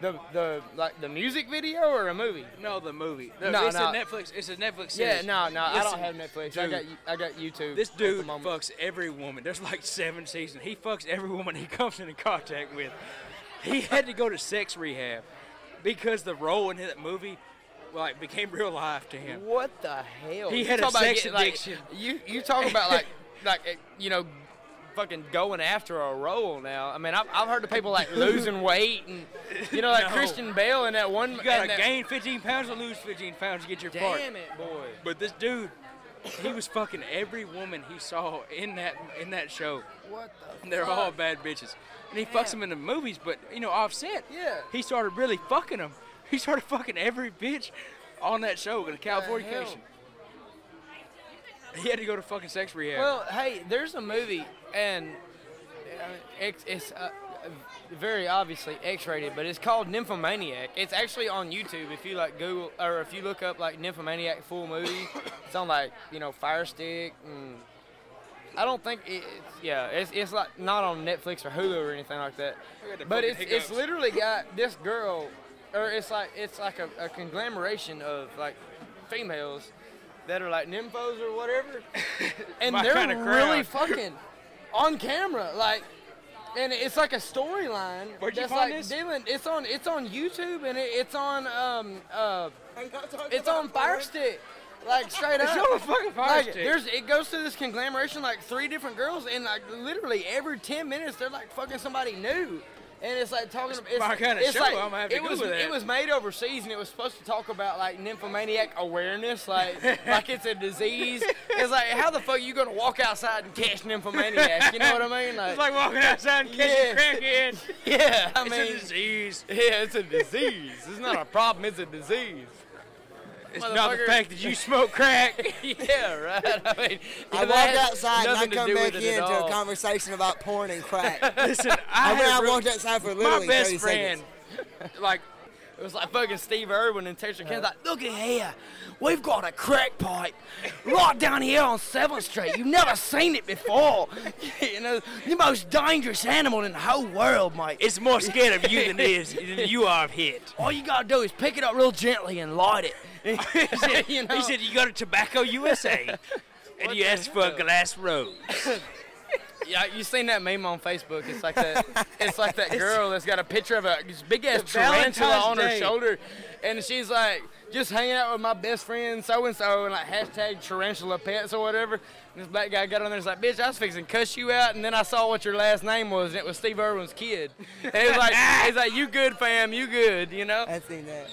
J: The the like the music video or a movie?
G: No, the movie.
J: No,
G: No,
J: no.
G: it's a Netflix. It's a Netflix
J: Yeah,
G: series.
J: no, no, I don't
G: Listen,
J: have Netflix. I
G: dude,
J: got you- I got YouTube.
G: This
J: at the
G: dude
J: moment.
G: fucks every woman. There's like seven seasons. He fucks every woman he comes into contact with. He had to go to sex rehab because the role in that movie, like, became real life to him.
J: What the hell?
G: He
J: You
G: had
J: talk
G: a
J: about
G: sex
J: getting, like,
G: addiction.
J: you you talk about like like eh, you know, fucking going after a role now. I mean, I've, I've heard of people like losing weight and you know like
G: No.
J: Christian Bale and that one.
G: You gotta
J: and that-
G: gain 15 pounds or lose 15 pounds to get your part.
J: Damn it, boy.
G: But this dude, he was fucking every woman he saw in that in that show.
J: What the?
G: They're
J: fuck?
G: all bad bitches. And he fucks them in the movies, but you know, offset.
J: Yeah.
G: He started really fucking them. He started fucking every bitch on that show in the Californication. He had to go to fucking sex rehab.
J: Well, hey, there's a movie, and uh, it's, it's uh, very obviously X-rated, but it's called Nymphomaniac. It's actually on YouTube if you like Google or if you look up like Nymphomaniac full movie. it's on like you know Firestick and I don't think it, it's yeah it's, it's like not on Netflix or Hulu or anything like that.
G: I got the
J: But
G: fucking
J: it's it's
G: hiccups.
J: literally got this girl, or it's like it's like a, a conglomeration of like females that are like nymphos or whatever, and
G: My
J: they're
G: kinda
J: really
G: crowd.
J: fucking on camera. Like and it's like a storyline.
G: Where'd you
J: that's
G: find
J: like
G: this?
J: Dealing, it's on it's on YouTube and it, it's on um uh it's on Fire Stick. Like straight
G: It's
J: up.
G: on a fucking Fire
J: like,
G: Stick.
J: There's it goes through this conglomeration like three different girls and like literally every ten minutes they're like fucking somebody new. And it's like talking about
G: my
J: it's,
G: kinda
J: it's
G: show.
J: like,
G: I'm gonna have to
J: it was
G: Google that.
J: it was made overseas and it was supposed to talk about like nymphomaniac awareness, like like it's a disease. It's like how the fuck you gonna walk outside and catch nymphomaniac? You know what I mean?
G: It's like walking outside and catching crackhead.
J: Yeah, I
G: it's
J: mean,
G: a disease.
J: yeah, it's a disease. It's not a problem. It's a disease.
G: It's not the
J: Motherfucker.
G: fact that you smoke crack.
J: yeah, right. I mean,
C: I
J: that
C: walked
J: has
C: outside and I
J: nothing to
C: come
J: do
C: back
J: with it at
C: in to a
J: all.
C: conversation about porn and crack.
G: Listen, I,
C: I
G: had
C: mean,
G: a
C: I
G: real-
C: walked outside for
G: my
C: literally
G: best
C: 30
G: friend.
C: seconds.
J: Like, it was like fucking Steve Irwin and Texas
C: Uh-huh.
J: Ken's like, look at here, we've got a crack pipe right down here on Seventh Street. You've never seen it before. you know, the most dangerous animal in the whole world, mate.
G: It's more scared of you than it is than you are of it.
J: all you gotta do is pick it up real gently and light it.
G: He said,
J: You know?
G: he said you go to Tobacco USA and you ask for a glass rose.
J: Yeah, you seen that meme on Facebook? It's like that. it's like that girl that's got a picture of a big ass
G: It's
J: tarantula
G: Valentine's
J: on her
G: Day.
J: shoulder, and she's like, just hanging out with my best friend so and so, and like hashtag tarantula pets or whatever. And this black guy got on there and was like, bitch, I was fixing to cuss you out, and then I saw what your last name was, and it was Steve Irwin's kid. And he was like, he's like, you good, fam, you good, you know?
C: I've seen that.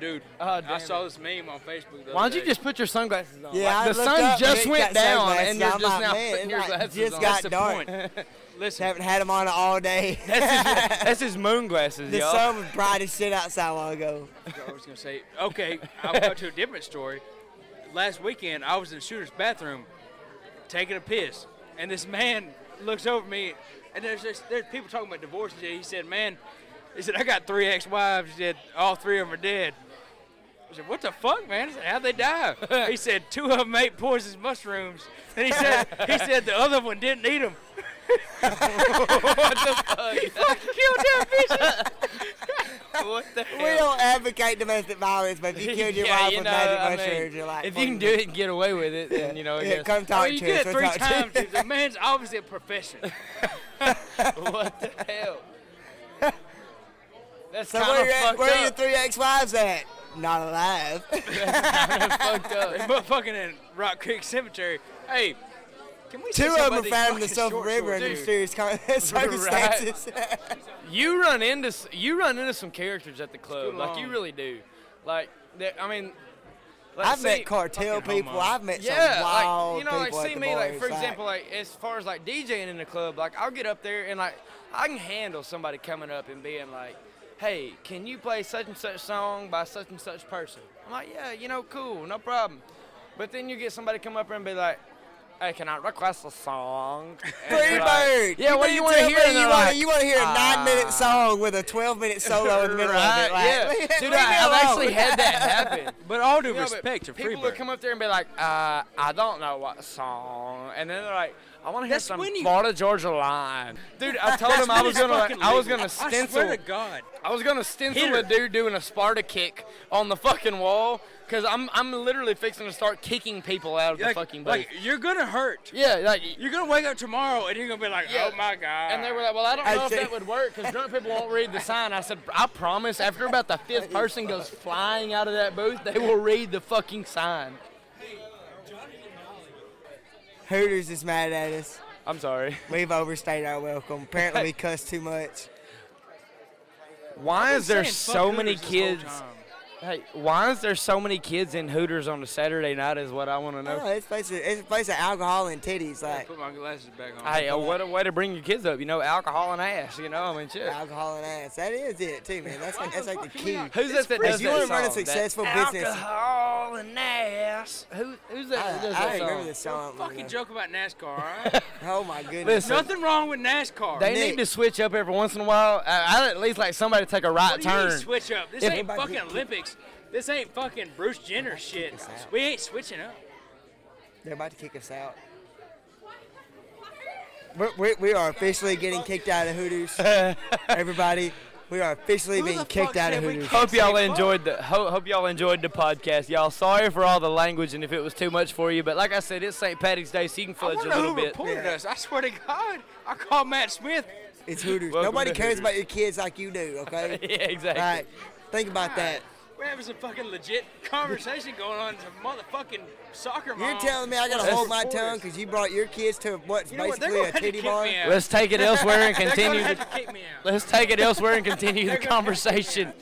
G: Dude,
J: Oh, damn
G: I saw
J: it.
G: this meme on Facebook. The
J: Why
G: other
J: don't you
G: day.
J: just put your sunglasses on?
C: Yeah, I
J: Like, the
C: looked
J: sun
C: up,
J: just
C: Nick got
J: went down,
C: sunglasses,
J: and you're
C: I'm
J: just
C: like,
J: now
C: man,
J: putting your
C: like,
J: glasses
C: just
J: on.
C: got
J: That's the
C: dark.
J: point.
G: listen?
C: Haven't had them on all day.
J: That's his, that's his moon glasses,
C: the
J: y'all.
C: sun was bright as shit outside a while ago.
G: I was gonna say, okay, I'll go to a different story. Last weekend, I was in Shooter's bathroom taking a piss, and this man looks over me, and there's just, there's people talking about divorce. And shit. he said, "Man, he said I got three ex-wives. He said all three of them are dead." I said, "What the fuck, man? He said, How'd they die?" he said, two of them ate poisonous mushrooms, and he said he said the other one didn't eat them. He fucking killed that bitch.
J: what the
C: We don't advocate domestic violence, but if you killed your wife
J: you
C: with
J: know,
C: magic
J: I mean, oh,
C: mushrooms, you're like,
J: if you can do it and get away with it, then Oh, you know. I
C: yeah,
J: guess.
C: come
G: I
C: talk
G: mean, you
C: to us.
G: did it
C: we'll
G: three
C: talk to you.
G: times. dude. The man's obviously a professional.
J: what the hell? That's
C: So
J: kind
C: where,
J: of
C: you at,
J: fucked
C: where are your
J: up.
C: three ex-wives at? Not alive.
J: fucked up.
G: They motherfucking in Rock Creek Cemetery. Hey, can we
C: Two
G: say
C: of them
G: something about
C: were
G: these
C: found in the
G: fucking
C: Silver
G: short
C: River under
G: stories?
C: mysterious con- circumstances.
J: You run into s- you run into some characters at the club,
G: go
J: like you
G: along.
J: really do. Like, that- I mean, let's
C: I've
J: see-
C: met cartel
G: fucking
C: people.
G: homo.
C: I've met
J: Yeah,
C: some wild
J: like you know, like
C: people at
J: see
C: the
J: me, like for
C: bars,
J: example, like as far as like DJing in the club, like I'll get up there and like I can handle somebody coming up and being like, "Hey, can you play such and such song by such and such person?" I'm like, "Yeah, you know, cool, no problem." But then you get somebody come up and be like, "Hey, can I request a song?" And
C: Free
J: you're like,
C: Bird.
J: Yeah, what do you want to
C: tell
J: hear?
C: me
J: And
C: You
J: they're
C: want
J: like,
C: to you want to hear a nine
J: "Ah."
C: minute song with a twelve minute solo in the middle of it?
J: Right,
C: Like,
J: yeah. Dude,
C: leave me
J: I, have
C: alone.
J: actually had that happen.
G: But all due
J: You know, but
G: respect to
J: People would
G: Freebird.
J: come up there and be like, uh, I don't know what song, and then they're like, I want to hear
G: That's
J: some
G: when you-
J: Florida Georgia line. Dude, I told him I was gonna, like, I was gonna
G: I swear
J: stencil,
G: to God.
J: I was gonna stencil
G: Hit her.
J: a dude doing a Sparta kick on the fucking wall, cause I'm, I'm literally fixing to start kicking people out of the
G: Like,
J: fucking booth.
G: like, you're gonna hurt.
J: yeah, like.
G: You're gonna wake up tomorrow and you're gonna be like,
J: Yeah.
G: oh my God.
J: And they were like, "Well, I don't
C: I
J: know if
C: see.
J: that would work because drunk people won't read the sign." I said, "I promise." After about the fifth person goes flying out of that booth, they will read the fucking sign.
C: Hooters is mad at us.
J: I'm sorry.
C: We've overstayed our welcome. Apparently, we cussed too much.
J: Why is there
G: Saying fuck
J: so many
G: Hooters this whole
J: kids?
G: time.
J: Hey, why is there so many kids in Hooters on a Saturday night? Is what I want to
C: No,
J: know.
C: it's a place of, it's a place of alcohol and titties. Like
G: Put my glasses back on.
J: Hey, uh, what a way to bring your kids up. You know, alcohol and ass. You know, I mean, shit.
C: alcohol and ass. That is it too, man. That's like, that's like the key.
J: Who's that that does
C: If you
J: that
C: want to run a
J: song? That-
C: successful business,
G: Alcohol and ass.
J: Who, who's
C: I,
J: that? that does that
C: I remember
J: song?
C: this song.
G: Fucking
C: man.
G: joke about NASCAR, all right?
C: Oh my goodness.
J: Listen,
G: Nothing wrong with NASCAR.
J: They
C: Nick.
J: need to switch up every once in a while. I, I at least like somebody to take a right
G: What do you mean
J: turn.
G: switch up? This
J: If-
G: ain't fucking Olympics. This ain't fucking Bruce Jenner shit.
C: out.
G: We ain't switching up.
C: They're about to kick us out. We're, we we are officially getting kicked out of Hooters. Everybody, We are officially being kicked out of Hooters.
J: Hope y'all enjoyed the ho- hope y'all enjoyed the podcast. Y'all, sorry for all the language and if it was too much for you, but like I said, it's St. Patrick's Day, so you can
G: I
J: fudge a
G: wonder who
J: little bit.
G: reported us. I swear to God, I called Matt Smith.
C: It's Hooters.
J: Welcome
C: Nobody
J: to
C: cares
J: Hooters.
C: about your kids like you do, okay?
J: Yeah, exactly.
C: All right. Think about that.
G: We're having some fucking legit conversation going on. Some motherfucking soccer mom.
C: You're telling me I gotta
J: That's-
C: hold my tongue because you brought your kids to what's
G: Um, You know what? They're
C: basically
G: gonna
C: a
G: have to
C: titty
G: kick
C: bar?
G: me out.
J: Let's take it elsewhere and
G: They're
J: continue.
G: gonna
J: The,
G: have to kick me out.
J: let's take it elsewhere and continue the conversation.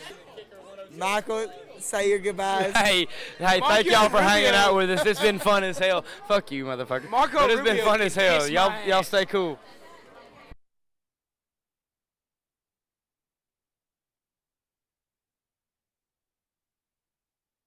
C: Michael, say your goodbyes.
J: Hey, hey, thank
G: Marco
J: y'all for hanging
G: Rubio.
J: out with us. It's been fun as hell. Fuck you, motherfucker.
G: Marco
J: But it's been
G: Rubio
J: fun
G: can
J: as hell.
G: kiss
J: Y'all,
G: my
J: y'all
G: ass.
J: stay cool.